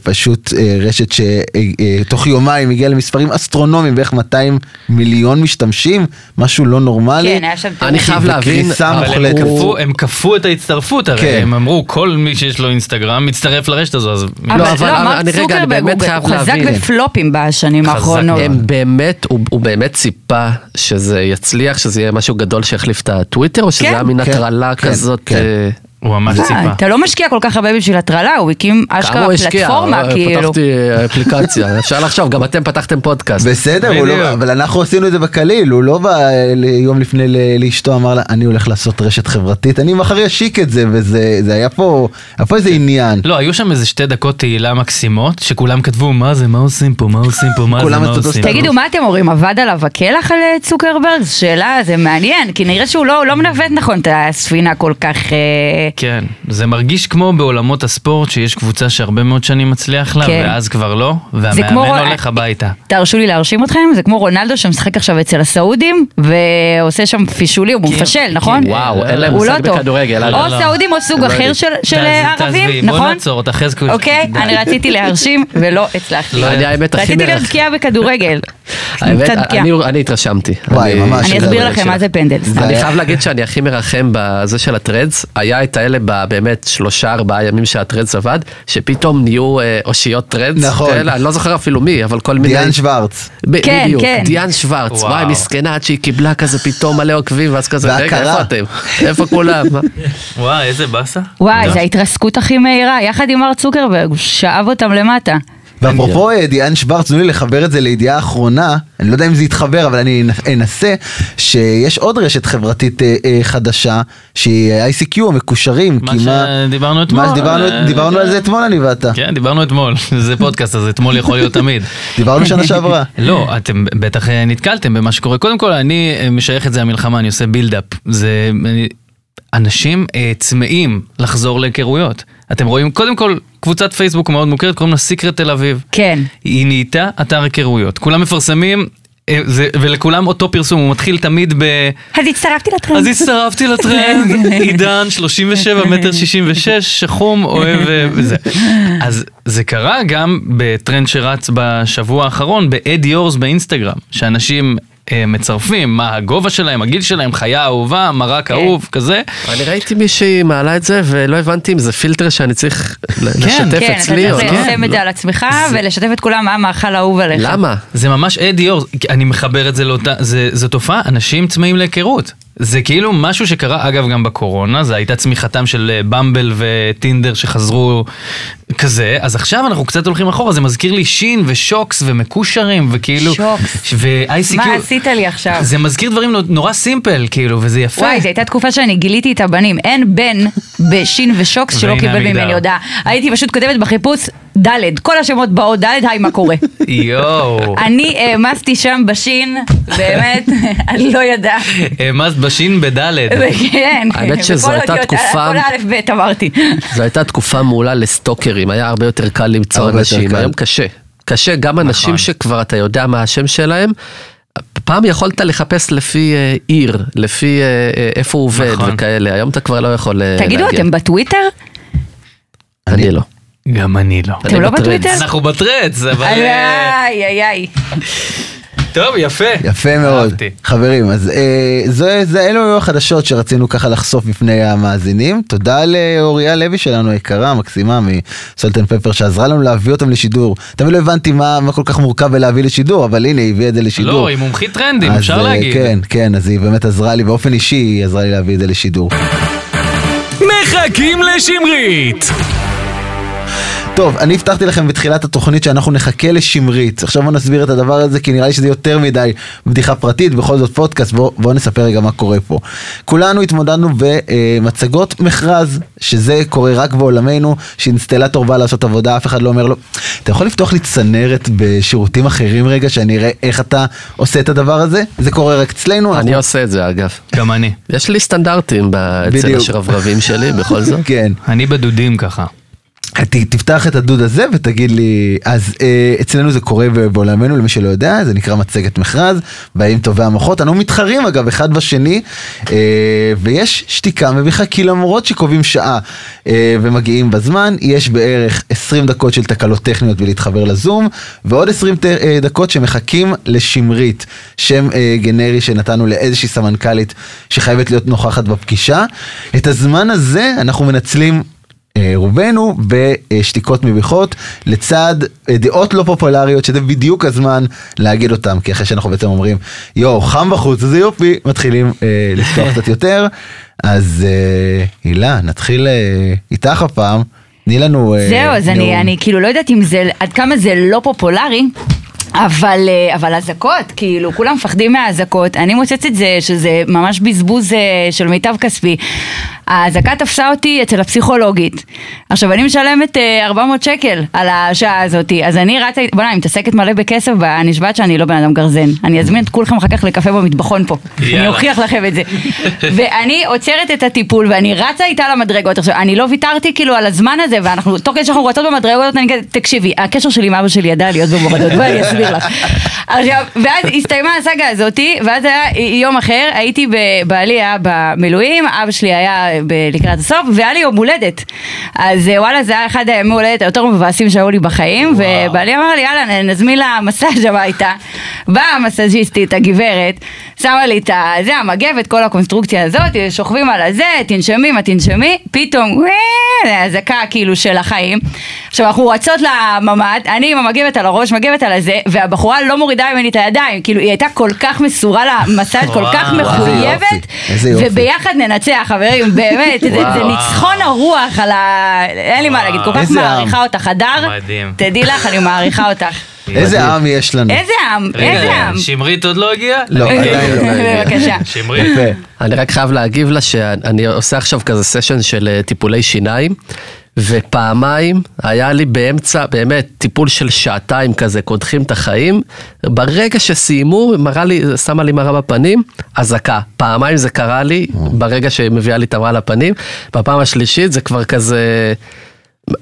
Speaker 2: פשוט אה, רשת שתוך יומיים הגיעה למספרים אסטרונומיים, בערך 200 מיליון משתמשים, משהו לא נורמלי.
Speaker 4: כן, היה שם
Speaker 5: אני חייב להבין, אה,
Speaker 2: בקריסה
Speaker 5: אבל
Speaker 3: אבל הם
Speaker 2: מוחלטת.
Speaker 3: כפו- הם כפו את ההצטרפות הרי,
Speaker 2: כן.
Speaker 3: הם אמרו כל מי שיש לו אינסטגרם מצטרף לרשת הזו, אז...
Speaker 4: אבל
Speaker 5: לא, אבל-
Speaker 4: לא,
Speaker 5: אבל
Speaker 4: מרק
Speaker 5: אני- רגע, אני
Speaker 4: צוקרברג
Speaker 5: באמת
Speaker 4: הוא-
Speaker 5: חייב
Speaker 4: הוא חזק
Speaker 5: להבין. כן,
Speaker 4: בפלופים בשנים
Speaker 3: חזק
Speaker 4: האחרונות. אה,
Speaker 5: הם באמת, הוא, הוא באמת ציפה שזה יצליח, שזה יהיה משהו גדול שיחליף את הטוויטר, או שזה
Speaker 4: כן.
Speaker 5: היה מין
Speaker 2: כן,
Speaker 5: הטרלה
Speaker 2: כן,
Speaker 5: כזאת?
Speaker 2: כן.
Speaker 5: אה,
Speaker 3: הוא ממש
Speaker 4: אה,
Speaker 3: ציפה.
Speaker 4: אתה לא משקיע כל כך הרבה בשביל הטרלה, הוא הקים
Speaker 5: כמה
Speaker 4: אשכרה
Speaker 5: הוא השקיע?
Speaker 4: פלטפורמה,
Speaker 5: אה,
Speaker 4: כאילו.
Speaker 5: פתחתי אה, אפליקציה, אפשר לחשוב, גם אתם פתחתם פודקאסט.
Speaker 2: בסדר, הוא
Speaker 3: בדיוק.
Speaker 2: לא, אבל אנחנו עשינו את זה בקליל, הוא לא בא אה, ל- יום לפני ל- לאשתו, אמר לה, אני הולך לעשות רשת חברתית, אני מחר אשיק את זה, וזה זה היה פה, היה פה איזה עניין.
Speaker 3: לא, היו שם איזה שתי דקות תהילה מקסימות, שכולם כתבו מה זה, מה עושים פה, מה עושים פה, מה זה,
Speaker 2: כולם
Speaker 3: מה
Speaker 2: את אותו
Speaker 3: עושים.
Speaker 2: סטטוס.
Speaker 4: תגידו, מה אתם אומרים, עבד עליו הקלח על אה, צוקרברג? זו שאלה, זה מעניין, כי נראה שהוא לא לא מנווט נכון את הספינה כל כך... אה,
Speaker 3: כן, זה מרגיש כמו בעולמות הספורט שיש קבוצה שהרבה מאוד שנים מצליח לה,
Speaker 4: כן.
Speaker 3: ואז כבר לא,
Speaker 4: זה כמו
Speaker 3: והמאמן
Speaker 4: רון-
Speaker 3: הולך הביתה.
Speaker 4: תרשו לי להרשים אתכם, זה כמו רונלדו שמשחק עכשיו אצל הסעודים, ועושה שם פישולים, הוא מפשל, נכון?
Speaker 5: כן, וואו, אין להם
Speaker 4: הוא לא
Speaker 5: מושג
Speaker 4: טוב.
Speaker 5: בכדורגל. אה,
Speaker 3: לא,
Speaker 4: או
Speaker 3: לא.
Speaker 4: סעודים או סוג
Speaker 5: לא
Speaker 4: אחר
Speaker 5: יודעים.
Speaker 4: של- של
Speaker 3: תעזבי, תעזבי,
Speaker 4: ערבים,
Speaker 3: בואי
Speaker 4: נכון?
Speaker 3: נעצור אותך חזקו.
Speaker 4: אוקיי, אני רציתי
Speaker 5: <laughs>
Speaker 4: להרשים ולא הצלחתי.
Speaker 3: לא,
Speaker 5: אני האמת הכי
Speaker 4: רציתי להיות
Speaker 5: נערך.
Speaker 4: בקיאה בכדורגל.
Speaker 5: <laughs> האמת,
Speaker 4: קצת בקיאה.
Speaker 5: אני- אני התרשמתי.
Speaker 2: וואי,
Speaker 5: אני-
Speaker 2: ממש. לא
Speaker 4: אני
Speaker 2: של
Speaker 4: אסביר
Speaker 5: הכדורגל
Speaker 4: לכם
Speaker 5: שלך.
Speaker 4: מה זה פנדל. סתם. לא
Speaker 5: אני
Speaker 2: היה-
Speaker 5: חייב
Speaker 2: <laughs>
Speaker 5: להגיד שאני הכי מרחם בזה של הטרדס, היה את האלה באמת שלושה ארבעה ימים שהטרדס עבד, שפתאום נהיו אה, אושיות טרדס,
Speaker 2: נכון.
Speaker 5: כאלה, אני לא זוכר אפילו מי, אבל כל מיני,
Speaker 2: דיאן שוורץ.
Speaker 5: ב-
Speaker 4: כן,
Speaker 5: בדיוק,
Speaker 4: כן.
Speaker 5: דיאן שוורץ,
Speaker 3: וואו.
Speaker 5: וואי מסכנה עד שהיא קיבלה כזה פתאום מלא עוקבים, ואז כזה, רגע
Speaker 2: והכרה.
Speaker 5: איפה אתם, איפה
Speaker 2: <laughs>
Speaker 5: כולם, מה?"
Speaker 3: וואי, איזה באסה.
Speaker 5: לא.
Speaker 4: וואי, זו ההתרסקות הכי מהירה, יחד עם מר צוקרברג, הוא שאב אותם למטה.
Speaker 2: ואפרופו אה, דיאן שוורץ, תנו לי לחבר את זה לידיעה האחרונה, אני לא יודע אם זה יתחבר, אבל אני אנ- אנסה, שיש עוד רשת חברתית אה, אה, חדשה, שהיא אה, ICQ המקושרים,
Speaker 3: מה
Speaker 2: כי
Speaker 3: שדיברנו אתמול,
Speaker 2: מה שדיברנו-
Speaker 3: אה,
Speaker 2: דיברנו על זה אתמול אני ואתה.
Speaker 3: כן, דיברנו אתמול, <laughs> זה פודקאסט, אז אתמול יכול להיות תמיד.
Speaker 2: דיברנו שנה
Speaker 3: <laughs>
Speaker 2: שעברה.
Speaker 3: לא, אתם בטח אה, נתקלתם במה שקורה. קודם כל, אני אה, משייך את זה למלחמה, אני עושה בילדאפ. זה... אני- אנשים אה, צמאים לחזור להיכרויות. אתם רואים, קודם כל, קבוצת פייסבוק מאוד מוכרת, קוראים לה סיקרט תל אביב.
Speaker 4: כן.
Speaker 3: היא נהייתה אתר היכרויות. כולם מפרסמים, אה, זה- ולכולם אותו פרסום, הוא מתחיל תמיד ב...
Speaker 4: אז הצטרפתי לטרנד.
Speaker 3: אז הצטרפתי לטרנד, עידן 37 מטר 66, שחום, אוהב אה, וזה. אז זה קרה גם בטרנד שרץ בשבוע האחרון, ב-Ad Yours באינסטגרם, שאנשים אה, מצרפים מה הגובה שלהם, הגיל שלהם, חיה אהובה, מרק אהוב, כזה.
Speaker 5: אני ראיתי מישהי מעלה את זה, ולא הבנתי אם זה פילטר שאני צריך ל- לשתף
Speaker 4: כן, אתה
Speaker 5: אצלי, או
Speaker 4: צריך
Speaker 5: לא,
Speaker 4: ליישם את זה על עצמך ולשתף את כולם מה המאכל האהוב עליך.
Speaker 5: למה?
Speaker 3: זה ממש אדי אור, אני מחבר את זה לאותה, זה, זו תופעה, אנשים צמאים להיכרות. זה כאילו משהו שקרה, אגב, גם בקורונה, זה הייתה צמיחתם של אה, במבל וטינדר שחזרו כזה, אז עכשיו אנחנו קצת הולכים אחורה, זה מזכיר לי שין ושוקס ומקושרים, וכאילו,
Speaker 4: שוקס.
Speaker 3: ו-ICQ.
Speaker 4: מה עשית לי עכשיו?
Speaker 3: זה מזכיר דברים נורא סימפל, כאילו, וזה יפה.
Speaker 4: וואי, זו הייתה תקופה שאני גיליתי את הבנים. אין בן בשין ושוקס שלא
Speaker 3: והנה
Speaker 4: קיבל
Speaker 3: המגדר.
Speaker 4: ממני הודעה. הייתי פשוט כותבת בחיפוש ד', כל השמות באות ד', היי, מה
Speaker 5: <laughs>
Speaker 4: קורה?
Speaker 3: יואו.
Speaker 4: <laughs> אני העמסתי שם בשין, באמת, <laughs> אני לא יודעת.
Speaker 3: העמסת בשין בדלת.
Speaker 4: כן,
Speaker 5: האמת
Speaker 4: בכל
Speaker 5: שזו הייתה
Speaker 4: האותיות, אה,
Speaker 5: תקופה- אה,
Speaker 4: כל האלף בית אמרתי.
Speaker 5: זו הייתה תקופה מעולה לסטוקרים, היה הרבה יותר קל למצוא
Speaker 2: הרבה יותר
Speaker 5: אנשים,
Speaker 2: קל. נכון.
Speaker 5: היום קשה. קשה, גם אנשים שכבר אתה יודע מה השם שלהם. פעם יכולת לחפש לפי אה, עיר, לפי אה, אה, איפה הוא עובד
Speaker 3: נכון.
Speaker 5: וכאלה, היום אתה כבר לא יכול אה,
Speaker 4: תגידו,
Speaker 5: להגיע.
Speaker 4: אתם בטוויטר?
Speaker 5: אני לא.
Speaker 3: גם אני לא.
Speaker 4: אתם
Speaker 5: אני
Speaker 4: לא
Speaker 5: בטרנדס.
Speaker 4: בטוויטר?
Speaker 3: אנחנו בטרץ, אבל... אה,
Speaker 4: איי, איי, איי.
Speaker 3: טוב, יפה.
Speaker 2: יפה מאוד.
Speaker 3: אהבתי.
Speaker 2: חברים, אז אה, זה, זה, אלו היו החדשות שרצינו ככה לחשוף בפני המאזינים. תודה לאוריה לוי שלנו היקרה, המקסימה מסולטן פפר, שעזרה לנו להביא אותם לשידור. תמיד לא הבנתי מה, מה כל כך מורכב בלהביא לשידור, אבל הנה, היא הביאה את זה לשידור.
Speaker 3: לא, היא מומחית טרנדים,
Speaker 2: אז,
Speaker 3: אפשר
Speaker 2: אה,
Speaker 3: להגיד.
Speaker 2: כן, כן, אז היא באמת עזרה לי, באופן אישי היא עזרה לי להביא את זה לשידור.
Speaker 1: מחכים לשמרית!
Speaker 2: טוב, אני הבטחתי לכם בתחילת התוכנית שאנחנו נחכה לשמרית. עכשיו בוא נסביר את הדבר הזה, כי נראה לי שזה יותר מדי בדיחה פרטית, בכל זאת פודקאסט, בואו בוא נספר רגע מה קורה פה. כולנו התמודדנו במצגות מכרז, שזה קורה רק בעולמנו, שאינסטלטור בא לעשות עבודה, אף אחד לא אומר לו, אתה יכול לפתוח לי צנרת בשירותים אחרים רגע, שאני אראה איך אתה עושה את הדבר הזה? זה קורה רק אצלנו.
Speaker 5: אני עושה את זה אגב.
Speaker 3: גם אני.
Speaker 5: יש לי סטנדרטים ב- אצל
Speaker 2: בדיוק.
Speaker 5: השרברבים שלי
Speaker 2: <laughs>
Speaker 5: בכל זאת.
Speaker 2: כן.
Speaker 3: אני בדודים ככה.
Speaker 2: ת, תפתח את הדוד הזה ותגיד לי, אז אה, אצלנו זה קורה ב- בעולמנו, למי שלא יודע, זה נקרא מצגת מכרז, באים טובי המוחות, אנו מתחרים אגב אחד בשני, אה, ויש שתיקה מביכה, כי למרות שקובעים שעה אה, ומגיעים בזמן, יש בערך 20 דקות של תקלות טכניות ולהתחבר לזום, ועוד 20 ת, אה, דקות שמחכים לשמרית, שם אה, גנרי שנתנו לאיזושהי סמנכלית שחייבת להיות נוכחת בפגישה. את הזמן הזה אנחנו מנצלים אה, רובנו בשתיקות מביכות לצד אה, דעות לא פופולריות שזה בדיוק הזמן להגיד אותם כי אחרי שאנחנו בעצם אומרים יואו חם בחוץ איזה יופי מתחילים
Speaker 4: <laughs>
Speaker 2: אה, לפתוח קצת יותר אז אה, הילה נתחיל אה, איתך הפעם תני לנו אה,
Speaker 4: זהו, אז אני,
Speaker 2: נאום.
Speaker 4: אני כאילו לא יודעת אם זה, עד כמה זה לא פופולרי, אבל, אה, אבל אזעקות, כאילו, כולם מפחדים מהאזעקות. אני מוצאת את זה, שזה ממש בזבוז אה, של מיטב כספי. האזעקה תפסה אותי אצל הפסיכולוגית. עכשיו, אני משלמת אה, 400 שקל על השעה הזאת, אז אני רצה, בוא'נה, אני מתעסקת מלא בכסף, ואני נשבעת שאני לא בן אדם גרזן. אני אזמין את כולכם אחר כך לקפה במטבחון פה. אני
Speaker 3: יאללה.
Speaker 4: אוכיח לכם את זה. ואני עוצרת את הטיפול, ואני רצה איתה למדרגות. עכשיו, אני לא ויתרתי כאילו על הזמן הזה, ואנחנו, תוך כדי שאנחנו רצות במדרגות, אני כזה, תקשיבי, הקשר שלי עם אבא שלי ידע להיות במורדות, בואי אני אסביר לך. עכשיו, ואז הסתיימה הסאגה הזאתי, ואז היה יום אחר, הייתי, ב- בעלי היה במילואים, אבא שלי היה ב- לקראת הסוף, והיה לי יום הולדת. אז אה, וואלה, זה היה אחד הימי הולדת היותר מבאסים שהיו לי בחיים, ובעלי אמר לי, יאללה, נ- נזמין לה מסאז' הביתה. באה המסאז'יסטית, הגברת, שמה לי את ה- זה, המגבת, כל הקונסטרוקציה הזאת, שוכבים על הזה, תנשמי, מה תנשמי, פתאום, וואי, אזעקה כאילו של החיים. עכשיו, אנחנו רצות לממ"ד, אני עם המגבת על הראש, מגבת על הזה, והבחורה לא מורידה ממני את הידיים, כאילו, היא הייתה כל כך מסורה למסאז', כל כך
Speaker 3: וואו.
Speaker 4: מחויבת,
Speaker 2: איזה יופי.
Speaker 4: וביחד ננצח, חברים, באמת, זה- זה
Speaker 5: וואו.
Speaker 4: ניצחון הרוח על ה... אין לי מה להגיד, כל כך
Speaker 2: איזה עם.
Speaker 4: מעריכה אותך, הדר,
Speaker 3: מדהים.
Speaker 4: תדעי לך, אני מעריכה אותך.
Speaker 2: <laughs> איזה עם יש לנו.
Speaker 4: איזה עם, איזה
Speaker 3: רגע,
Speaker 4: עם.
Speaker 3: שמרית עוד לא הגיעה?
Speaker 2: לא, עדיין
Speaker 4: <laughs>
Speaker 2: לא.
Speaker 4: בבקשה.
Speaker 3: <laughs> שמרית.
Speaker 2: יפה.
Speaker 5: אני רק חייב להגיב לה שאני עושה עכשיו כזה סשן של אה, טיפולי שיניים. ופעמיים היה לי באמצע, באמת, טיפול של שעתיים כזה, קודחים את החיים. ברגע שסיימו, מראה לי, שמה לי מראה בפנים, אזעקה. פעמיים זה קרה לי, ברגע שהיא מביאה לי את המראה לפנים. בפעם השלישית זה כבר כזה...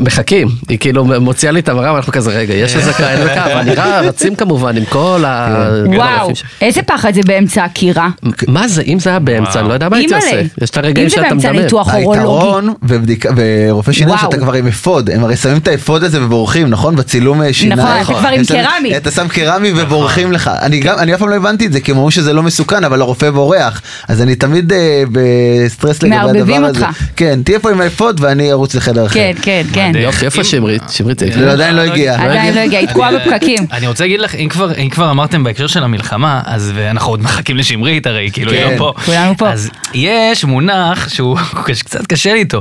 Speaker 5: מחכים, היא כאילו מוציאה לי את המראה, ואנחנו כזה, רגע, יש אזעקה, אין אזעקה, אבל נראה, רצים כמובן עם כל ה...
Speaker 4: כן. וואו, איזה פחד זה באמצע הקירה.
Speaker 5: מה זה, אם זה היה באמצע, אני לא יודע מה הייתי
Speaker 4: אימא'לה.
Speaker 5: עושה. יש את הרגעים שאתה
Speaker 4: אם זה באמצע
Speaker 5: מדמם.
Speaker 4: ניתוח אורולוגי.
Speaker 2: היתרון ובדיקה- ורופא שיניים
Speaker 4: וואו.
Speaker 2: שאתה כבר עם אפוד, הם הרי שמים את האפוד הזה ובורחים, נכון? בצילום אה, שיניים.
Speaker 4: נכון, אתה כבר עם
Speaker 2: הם שמים-
Speaker 4: קרמי. כן.
Speaker 2: אתה שם קרמי ובורחים לך. אני גם, אני אף פעם לא הבנתי את זה, כי הם אמרו שזה לא מסוכן, אבל הרופא בורח. אז אני תמיד אה, בסטרס לגבי הדבר הזה.
Speaker 4: מערבבים אותך.
Speaker 2: כן, תהיה פה עם האפוד ואני ארוץ לחדר אחר.
Speaker 4: כן, כן, כן.
Speaker 3: מדהים.
Speaker 5: יופי, איפה
Speaker 3: אם-
Speaker 5: שמרית? שמרית הייתי.
Speaker 2: זה עדיין לא הגיע.
Speaker 4: עדיין לא הגיע, היא תקועה
Speaker 3: אני- אה,
Speaker 4: בפקקים.
Speaker 3: אני רוצה להגיד לך, אם כבר, אם כבר אמרתם בהקשר של המלחמה, אז ואנחנו עוד מחכים לשמרית הרי, כאילו, היא
Speaker 2: כן.
Speaker 3: לא פה.
Speaker 4: כולנו פה.
Speaker 3: אז יש מונח שהוא <laughs> קש- קצת קשה לי איתו.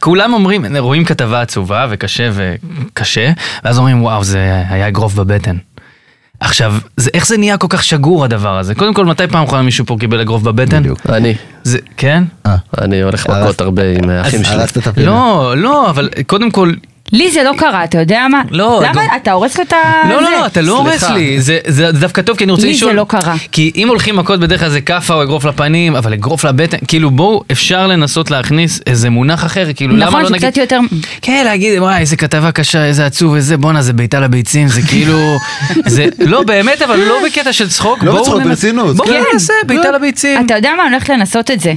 Speaker 3: כולם אומרים, רואים כתבה עצובה וקשה וקשה, ואז אומרים, וואו, זה היה אגרוף בבטן. עכשיו, זה, איך זה נהיה כל כך שגור הדבר הזה? קודם כל, מתי פעם אחרונה מישהו פה קיבל אגרוף בבטן?
Speaker 2: בדיוק.
Speaker 5: אני,
Speaker 3: זה, כן?
Speaker 2: אה,
Speaker 5: אני הולך
Speaker 2: הרס-
Speaker 5: מכות הרבה עם האחים שלי.
Speaker 2: הרסת את הפינה.
Speaker 3: לא, לא, אבל קודם כל,
Speaker 4: לי זה לא קרה, אתה יודע מה?
Speaker 3: לא,
Speaker 4: למה?
Speaker 3: לא.
Speaker 4: אתה הורס לו את ה...
Speaker 3: לא,
Speaker 4: אה, זה?
Speaker 3: לא, לא, אתה לא הורס
Speaker 5: סליחה.
Speaker 3: לי, זה- זה דווקא טוב, כי אני רוצה
Speaker 4: לי זה
Speaker 3: לשאול...
Speaker 4: לא קרה.
Speaker 3: כי אם הולכים מכות בדרך כלל זה כאפה או אגרוף לפנים, אבל אגרוף לבטן, כאילו בואו, אפשר לנסות להכניס איזה מונח אחר, כאילו למה
Speaker 4: נכון,
Speaker 3: לא נגיד...
Speaker 4: שקצת יותר...
Speaker 3: כן, להגיד, וואי, איזה כתבה קשה, איזה עצוב, איזה בואנה, זה בעיטה לביצים, זה
Speaker 4: <laughs>
Speaker 3: כאילו... זה... לא, באמת, אבל לא בקטע של צחוק,
Speaker 2: לא
Speaker 3: בואו
Speaker 2: בצחוק,
Speaker 3: ננס-
Speaker 2: ברצינות,
Speaker 3: בואו
Speaker 2: כן.
Speaker 3: ננסה, בעיטה לביצים.
Speaker 4: לא. אתה יודע מה? אני הולכת לנסות את זה.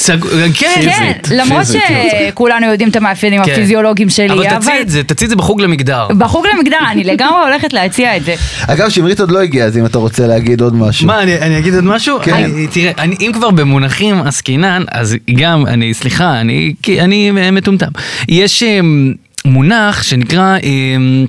Speaker 3: סג-
Speaker 4: כן,
Speaker 3: כן,
Speaker 4: למרות
Speaker 2: פיזית,
Speaker 4: שכולנו יודעים את המאפיינים
Speaker 3: כן.
Speaker 4: הפיזיולוגיים שלי,
Speaker 3: אבל
Speaker 4: אבל...
Speaker 3: תציעי את זה, תציעי את זה בחוג למגדר.
Speaker 4: בחוג למגדר, אני לגמרי הולכת להציע את זה.
Speaker 2: אגב, שמרית עוד לא הגיעה, אז אם אתה רוצה להגיד עוד משהו. <laughs>
Speaker 3: מה, אני, אני אגיד עוד משהו?
Speaker 2: כן.
Speaker 3: אני, תראה, אני, אם כבר במונחים עסקינן, אז גם, אני, סליחה, אני, כי אני אה, מטומטם. יש אה, מונח שנקרא... אה,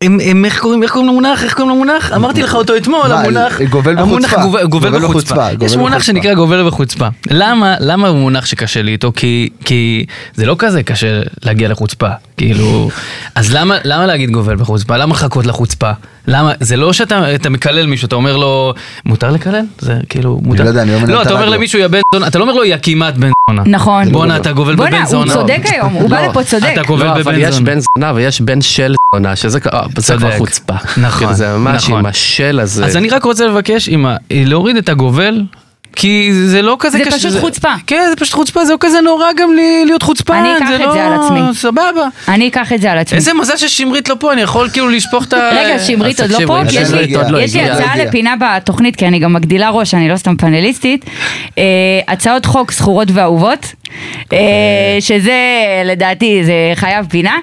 Speaker 3: הם, הם, איך קוראים, איך קוראים למונח? איך קוראים למונח? אמרתי לך אותו אתמול,
Speaker 2: מה,
Speaker 3: המונח...
Speaker 2: גובל
Speaker 3: המונח
Speaker 2: בחוצפה.
Speaker 3: גובל, גובל
Speaker 2: גובל
Speaker 3: בחוצפה.
Speaker 2: בחוצפה,
Speaker 3: יש
Speaker 2: גובל
Speaker 3: מונח
Speaker 2: בחוצפה.
Speaker 3: שנקרא גובל בחוצפה. למה, למה הוא מונח שקשה לי איתו? כי, כי זה לא כזה קשה להגיע לחוצפה. כאילו... אז למה, למה להגיד גובל בחוצפה? למה לחכות לחוצפה? למה? זה לא שאתה אתה מקלל מישהו, אתה אומר לו... מותר לקלל? זה כאילו... מותר...
Speaker 2: לא יודע, אני לא מנהל
Speaker 3: לא,
Speaker 2: את
Speaker 3: אתה אומר
Speaker 2: הרדיו.
Speaker 3: למישהו, יא בן זונה, אתה לא אומר לו, יא כמעט בן זונה.
Speaker 4: נכון.
Speaker 3: בואנה, אתה גובל
Speaker 4: בואנה,
Speaker 3: בבן זונה.
Speaker 4: הוא צודק היום, הוא בא
Speaker 5: לא,
Speaker 4: לפה צודק.
Speaker 3: אתה גובל
Speaker 5: לא, אבל
Speaker 3: בבן
Speaker 5: יש
Speaker 3: זונה.
Speaker 5: בן זונה ויש בן של זונה, שזה כ- אה, זה כבר
Speaker 3: צודק.
Speaker 5: חוצפה.
Speaker 3: נכון,
Speaker 5: כאילו, זה ממש
Speaker 3: נכון.
Speaker 5: עם השל הזה.
Speaker 3: אז אני רק רוצה לבקש, אמא, אה, להוריד את הגובל. כי זה לא כזה
Speaker 4: זה
Speaker 3: קשה.
Speaker 4: פשוט חוצפה.
Speaker 3: כן, זה פשוט חוצפה, זה לא כזה נורא גם לי- להיות חוצפן.
Speaker 4: אני אקח את
Speaker 3: לא-
Speaker 4: זה על עצמי.
Speaker 3: סבבה.
Speaker 4: אני אקח את זה על עצמי.
Speaker 3: איזה מזל ששמרית לא פה, אני יכול כאילו לשפוך את ה...
Speaker 4: רגע, שמרית
Speaker 5: אז
Speaker 4: עוד לא
Speaker 5: תקשיבו,
Speaker 4: פה,
Speaker 5: אם
Speaker 4: כי יש
Speaker 2: שמרית
Speaker 4: לי-
Speaker 2: עוד לא
Speaker 4: יש לי
Speaker 2: הגיעה,
Speaker 4: הצעה
Speaker 2: הגיעה.
Speaker 4: לפינה בתוכנית, כי אני גם מגדילה ראש, אני לא סתם פאנליסטית. אה, הצעות חוק זכורות ואהובות, אה, שזה לדעתי, זה חייב פינה.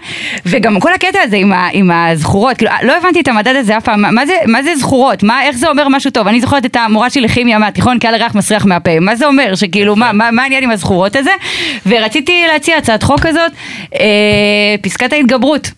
Speaker 4: וגם כל הקטע הזה עם ה- עם הזכורות, כאילו, לא הבנתי את המדד הזה אף פעם, מה- מה זה- מה זה זכורות? מה- איך זה אומר משהו טוב? אני זוכרת את המורה שלי לכימיה מהתיכון, קהל הריח מסריח מהפה. מה זה אומר? שכאילו, מה- מה מה העניין עם הזכורות הזה? ורציתי להציע הצעת חוק כזאת, אה, פסקת ההתגברות.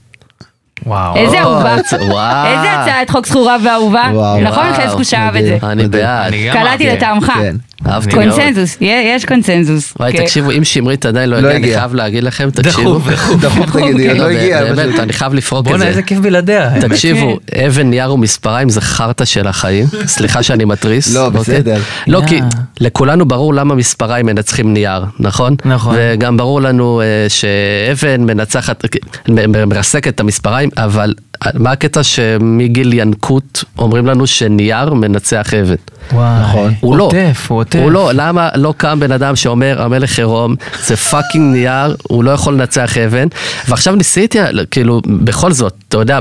Speaker 3: וואו.
Speaker 4: איזה אהובה.
Speaker 5: וואו.
Speaker 4: איזה הצעת חוק זכורה ואהובה.
Speaker 2: וואו.
Speaker 4: נכון,
Speaker 5: אה. וואו,
Speaker 4: חזקו שאהב את זה.
Speaker 2: מדהים.
Speaker 5: אני בעד.
Speaker 3: אני גם
Speaker 4: קלעתי
Speaker 3: אהבתי.
Speaker 4: לטעמך.
Speaker 2: כן.
Speaker 5: אהבתי מאוד.
Speaker 4: קונצנזוס, יה- יש קונצנזוס.
Speaker 5: וואי,
Speaker 4: כן.
Speaker 5: תקשיבו, אם שמרית עדיין לא
Speaker 2: לא
Speaker 5: הגיעה, אני
Speaker 2: הגיעה.
Speaker 5: חייב להגיד לכם, תקשיבו. כן,
Speaker 2: דחוף תגידי,
Speaker 4: אוקיי.
Speaker 2: לא הגיע.
Speaker 5: באמת, אני חייב לפרוק את
Speaker 3: בואנה,
Speaker 5: זה.
Speaker 3: איזה כיף בלעדיה. האמת. כן.
Speaker 5: תקשיבו, אבן, נייר ומספריים זה חרטא
Speaker 3: <laughs>
Speaker 5: של החיים. סליחה שאני מתריס.
Speaker 2: לא,
Speaker 5: אוקיי?
Speaker 2: בסדר.
Speaker 5: לא, כי
Speaker 3: אה.
Speaker 5: לכולנו ברור למה מספריים מנצחים נייר, נכון?
Speaker 3: נכון.
Speaker 5: וגם ברור לנו אה, שאבן מנצחת, אה, מ- מ- מרסקת את המספריים, אבל אה, מה הקטע שמגיל ינקות אומרים לנו שנייר מנצח אבן?
Speaker 3: וואי.
Speaker 2: נכון.
Speaker 5: הוא לא.
Speaker 3: עוטף, הוא עוטף.
Speaker 5: הוא לא, למה לא קם בן אדם שאומר המלך עירום, זה פאקינג נייר, הוא לא יכול לנצח אבן. ועכשיו ניסיתי, כאילו, בכל זאת, אתה יודע,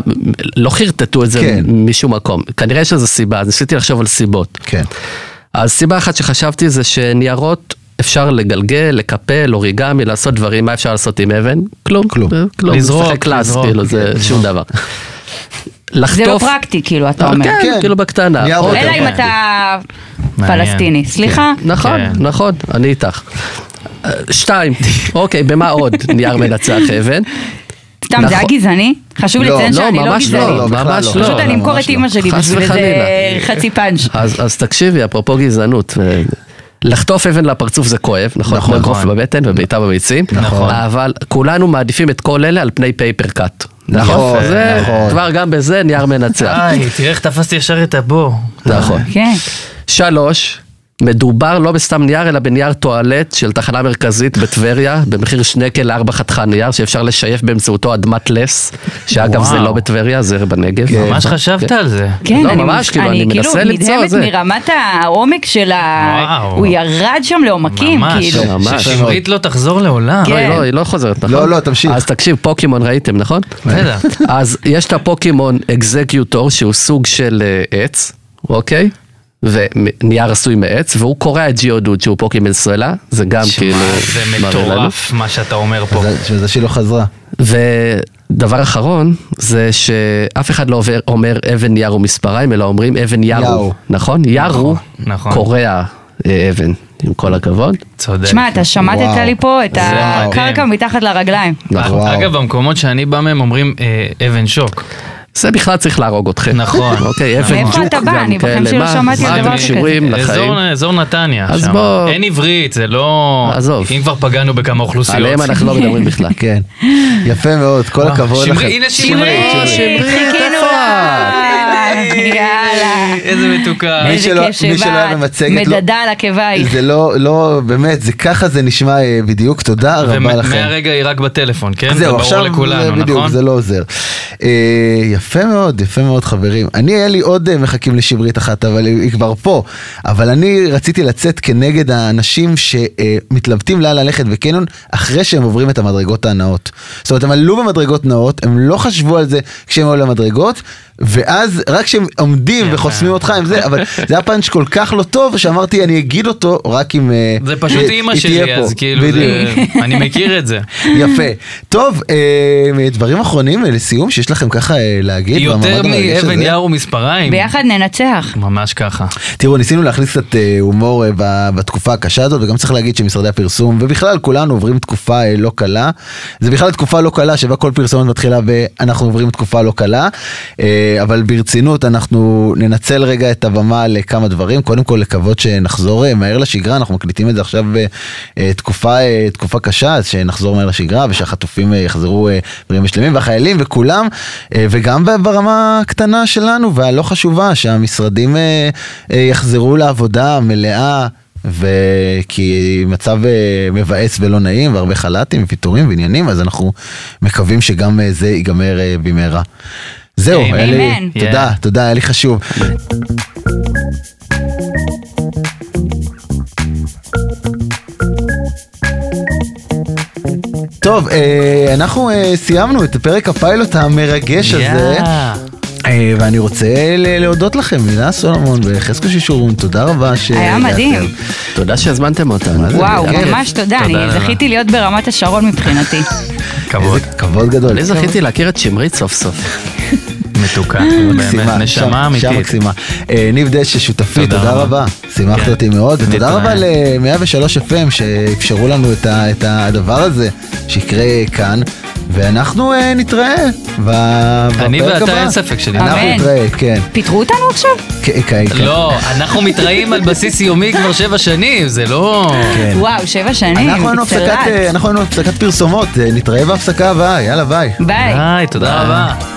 Speaker 5: לא חרטטו את זה
Speaker 2: כן.
Speaker 5: משום מקום. כנראה יש לזה סיבה, אז ניסיתי לחשוב על סיבות.
Speaker 2: כן.
Speaker 5: אז סיבה אחת שחשבתי זה שניירות... אפשר לגלגל, לקפל, אוריגמי, לעשות דברים, מה אפשר לעשות עם אבן? כלום. אה,
Speaker 2: כלום.
Speaker 5: כלום.
Speaker 3: לזרוק,
Speaker 5: לשחק קלאס,
Speaker 3: לזרוק. כן.
Speaker 5: כאילו, זה שום דבר.
Speaker 4: זה לא
Speaker 5: לחטוף,
Speaker 4: פרקטי, כאילו, אתה
Speaker 5: אה,
Speaker 4: אומר.
Speaker 5: כן,
Speaker 2: כן.
Speaker 5: כאילו בקטנה.
Speaker 2: ניירות
Speaker 5: עוד
Speaker 4: אלא אם
Speaker 5: דבר.
Speaker 4: אתה
Speaker 3: מעניין.
Speaker 4: פלסטיני. סליחה?
Speaker 5: נכון,
Speaker 3: כן.
Speaker 5: נכון, אני איתך. אה, שתיים, אוקיי, במה עוד נייר מנצח אבן?
Speaker 4: סתם, זה היה
Speaker 5: נכון.
Speaker 4: גזעני? חשוב
Speaker 2: לא,
Speaker 4: לציין
Speaker 5: לא,
Speaker 4: שאני לא
Speaker 5: ממש לא,
Speaker 4: גזענית.
Speaker 2: לא, בכלל
Speaker 5: ממש
Speaker 2: לא.
Speaker 5: לא.
Speaker 4: פשוט אני אמכור
Speaker 2: ממש
Speaker 4: את אימא שלי
Speaker 5: חס
Speaker 4: בשביל איזה
Speaker 5: וחלילה.
Speaker 4: חצי פאנץ'.
Speaker 5: אז אז תקשיבי, אפרופו גזענות. אה, לחטוף אבן לפרצוף זה כואב, נכון?
Speaker 2: נכון.
Speaker 5: כמו אגרוף בבטן ובעיטה בביצים.
Speaker 2: נכון.
Speaker 5: אבל כולנו מעדיפים את כל אלה על פני פייפר קאט.
Speaker 2: נכון,
Speaker 5: זה
Speaker 2: נכון. אה,
Speaker 5: כבר גם בזה נייר מנצח.
Speaker 3: איי, תראה איך תפסתי ישר את הבור.
Speaker 5: נכון.
Speaker 4: כן.
Speaker 5: שלוש, מדובר לא בסתם נייר, אלא בנייר טואלט של תחנה מרכזית בטבריה, במחיר שנקל לארבע חתיכה נייר, שאפשר לשייף באמצעותו אדמת לס, שאגב
Speaker 3: וואו. כן.
Speaker 5: זה לא בטבריה, זה בנגב.
Speaker 3: ממש חשבת על זה.
Speaker 4: כן,
Speaker 5: לא,
Speaker 4: אני
Speaker 5: ממש, כאילו, אני מנסה למצוא
Speaker 4: נדהמת
Speaker 5: זה.
Speaker 4: מרמת העומק של ה...
Speaker 3: וואו.
Speaker 4: הוא ירד שם לעומקים,
Speaker 3: ממש.
Speaker 4: כאילו.
Speaker 5: ממש.
Speaker 3: ששמרית לא תחזור לעולם.
Speaker 4: כן.
Speaker 5: לא, היא לא, היא לא חוזרת, נכון?
Speaker 2: לא, תמשיך. כן.
Speaker 5: אז תקשיב, פוקימון ראיתם, נכון?
Speaker 3: בסדר.
Speaker 5: אז יש את הפוקימון אקזקיוטור, שהוא סוג של אה, עץ, אוקיי? ונייר עשוי מעץ, והוא קורע את ג'יודוד, שהוא פוקימון סלע, זה גם
Speaker 3: שמע,
Speaker 5: כאילו...
Speaker 3: זה
Speaker 5: מראה לנו.
Speaker 3: מטורף מה שאתה אומר פה.
Speaker 2: שזה שהיא לא חזרה.
Speaker 5: ודבר אחרון זה שאף אחד לא עובר, אומר אבן ירו מספריים אלא אומרים אבן
Speaker 2: ירו.
Speaker 5: ירו, נכון? ירו
Speaker 3: נכון.
Speaker 5: קורע אה, אבן, עם כל הכבוד.
Speaker 3: צודק.
Speaker 4: שמע, אתה שמטת
Speaker 2: וואו.
Speaker 4: לי פה את
Speaker 3: זה
Speaker 4: הקרקע
Speaker 3: מדהים.
Speaker 4: מתחת לרגליים.
Speaker 2: וואו.
Speaker 3: אה, אגב, במקומות שאני בא מהם אומרים אה, אבן שוק.
Speaker 5: זה בכלל צריך להרוג אתכם.
Speaker 3: נכון.
Speaker 5: אוקיי, אבן
Speaker 4: מאיפה
Speaker 5: ג'וק
Speaker 4: אתה בא?
Speaker 5: גם
Speaker 4: אני בחיים
Speaker 5: כאלה.
Speaker 4: שלא
Speaker 5: מה-
Speaker 4: שמעתי על
Speaker 5: מה
Speaker 4: דבר
Speaker 5: אתם
Speaker 4: כזה.
Speaker 5: קשורים לחיים?
Speaker 3: אה, אזור- אזור נתניה.
Speaker 5: אז
Speaker 3: שם.
Speaker 5: בוא-
Speaker 3: אין עברית, זה לא...
Speaker 5: עזוב.
Speaker 3: אם כבר פגענו בכמה אוכלוסיות. אה,
Speaker 5: עליהם אנחנו לא מדברים
Speaker 4: <laughs>
Speaker 5: בכלל.
Speaker 2: כן. יפה מאוד, כל הכבוד
Speaker 3: שמרי-
Speaker 2: לכם.
Speaker 3: הנה שמרית.
Speaker 4: שמרית, חיכינו
Speaker 5: איפה
Speaker 4: אה, לה. יאללה.
Speaker 3: איזה מתוקה.
Speaker 2: מי
Speaker 4: איזה
Speaker 2: שלא-
Speaker 4: כיף
Speaker 2: מי שלא היה
Speaker 4: שבאת.
Speaker 2: במצגת, לא-
Speaker 4: מדדה על עקבייך.
Speaker 2: זה לא, לא, באמת, זה ככה זה נשמע אה, בדיוק, תודה רבה לכם.
Speaker 3: ומהרגע היא רק בטלפון, כן? זה ברור
Speaker 2: זה
Speaker 3: לכולנו,
Speaker 2: בדיוק,
Speaker 3: נכון?
Speaker 2: זה לא עוזר. אה, יפה מאוד, יפה מאוד חברים. אני, היה לי עוד אה, מחכים לשברית אחת, אבל היא היא כבר פה. אבל אני רציתי לצאת כנגד האנשים שמתלבטים לאן ללכת בקניון, אחרי שהם עוברים את המדרגות הנאות. זאת אומרת, הם עלו במדרגות נאות, הם לא חשבו על זה כשהם עלו למדרגות, ואז רק כשהם עומדים וחוסמים אותך עם זה,
Speaker 3: <laughs>
Speaker 2: אבל זה היה פאנץ' כל כך לא טוב, שאמרתי, אני אגיד אותו רק אם... אה,
Speaker 3: זה פשוט
Speaker 2: היא-
Speaker 3: אימא
Speaker 2: היא תהיה
Speaker 3: שלי,
Speaker 2: פה.
Speaker 3: אז כאילו, זה-
Speaker 2: בדיוק.
Speaker 3: אני מכיר את זה.
Speaker 2: יפה. טוב, אה, דברים אחרונים אה, לסיום שיש לכם ככה אה, להגיד.
Speaker 3: יותר
Speaker 2: במעמד המרגש
Speaker 3: מאבן
Speaker 2: הזה?
Speaker 3: יער ומספריים.
Speaker 4: ביחד ננצח.
Speaker 3: ממש ככה.
Speaker 2: תראו, ניסינו להכניס קצת אה, הומור אה, ב- בתקופה הקשה הזאת, וגם צריך להגיד שמשרדי הפרסום, ובכלל כולנו עוברים תקופה אה, לא קלה. זה בכלל תקופה לא קלה שבה כל פרסומת מתחילה ב"אנחנו עוברים תקופה לא קלה", אה, אבל ברצינות אנחנו ננצל רגע את הבמה לכמה דברים. קודם כל לקוות שנחזור אה, מהר לשגרה, אנחנו מקליטים את זה עכשיו בתקופה תקופה קשה, אז שנחזור מהר לשגרה ושהחטופים אה, יחזרו אה, בריאים ושלמים, והחיילים וכולם, אה, וגם ב- ברמה הקטנה שלנו והלא חשובה, שהמשרדים אה, אה, יחזרו לעבודה מלאה. וכי מצב אה, מבאס ולא נעים והרבה חל"תים ופיטורים ועניינים אז אנחנו מקווים שגם אה, זה ייגמר אה, במהרה. זהו,
Speaker 3: אמן.
Speaker 2: היה לי-
Speaker 4: אמן.
Speaker 2: תודה,
Speaker 3: Yeah.
Speaker 2: תודה, היה לי חשוב. טוב, אה, אנחנו אה, סיימנו את פרק הפיילוט המרגש הזה,
Speaker 3: יאה.
Speaker 2: אה, ואני רוצה ל- להודות לכם, מילה סולומון וחזקו שישורון, תודה רבה ש...
Speaker 4: היה מדהים.
Speaker 2: הגעתם.
Speaker 5: תודה שהזמנתם אותנו.
Speaker 4: וואו,
Speaker 2: כיף.
Speaker 4: ממש תודה, אני
Speaker 3: תודה.
Speaker 4: זכיתי להיות ברמת השרון מבחינתי.
Speaker 2: <laughs>
Speaker 3: כבוד.
Speaker 2: איזה כבוד גדול.
Speaker 5: אני זכיתי להכיר את שמרית סוף סוף.
Speaker 3: מתוקה.
Speaker 2: אה,
Speaker 3: באמת,
Speaker 2: מקסימה,
Speaker 3: נשמה
Speaker 2: אישה- אישה
Speaker 3: אמיתית.
Speaker 2: מקסימה. אה, ניב דשא שותפי,
Speaker 3: תודה
Speaker 2: תודה
Speaker 3: רבה.
Speaker 2: רבה. שימחת
Speaker 3: כן.
Speaker 2: אותי מאוד, ותודה
Speaker 3: תתראה.
Speaker 2: רבה ל-103 FM שאפשרו לנו את ה- את הדבר הזה שיקרה כאן. ואנחנו אה, נתראה ב- בפרק
Speaker 3: אני ואתה,
Speaker 2: הבא.
Speaker 3: אין ספק שנתראה.
Speaker 2: אנחנו
Speaker 4: אמן.
Speaker 2: נתראה, כן.
Speaker 4: פיטרו אותנו עכשיו?
Speaker 2: כן, כן, כן.
Speaker 3: לא, אנחנו מתראים על בסיס יומי כבר שבע שנים, זה לא...
Speaker 2: כן.
Speaker 4: וואו, שבע שנים,
Speaker 2: אנחנו היינו הפסקת,
Speaker 4: צלעת.
Speaker 2: אה, אנחנו היינו הפסקת פרסומות, אה, נתראה בהפסקה הבאה, יאללה ביי.
Speaker 4: ביי.
Speaker 3: ביי, תודה רבה.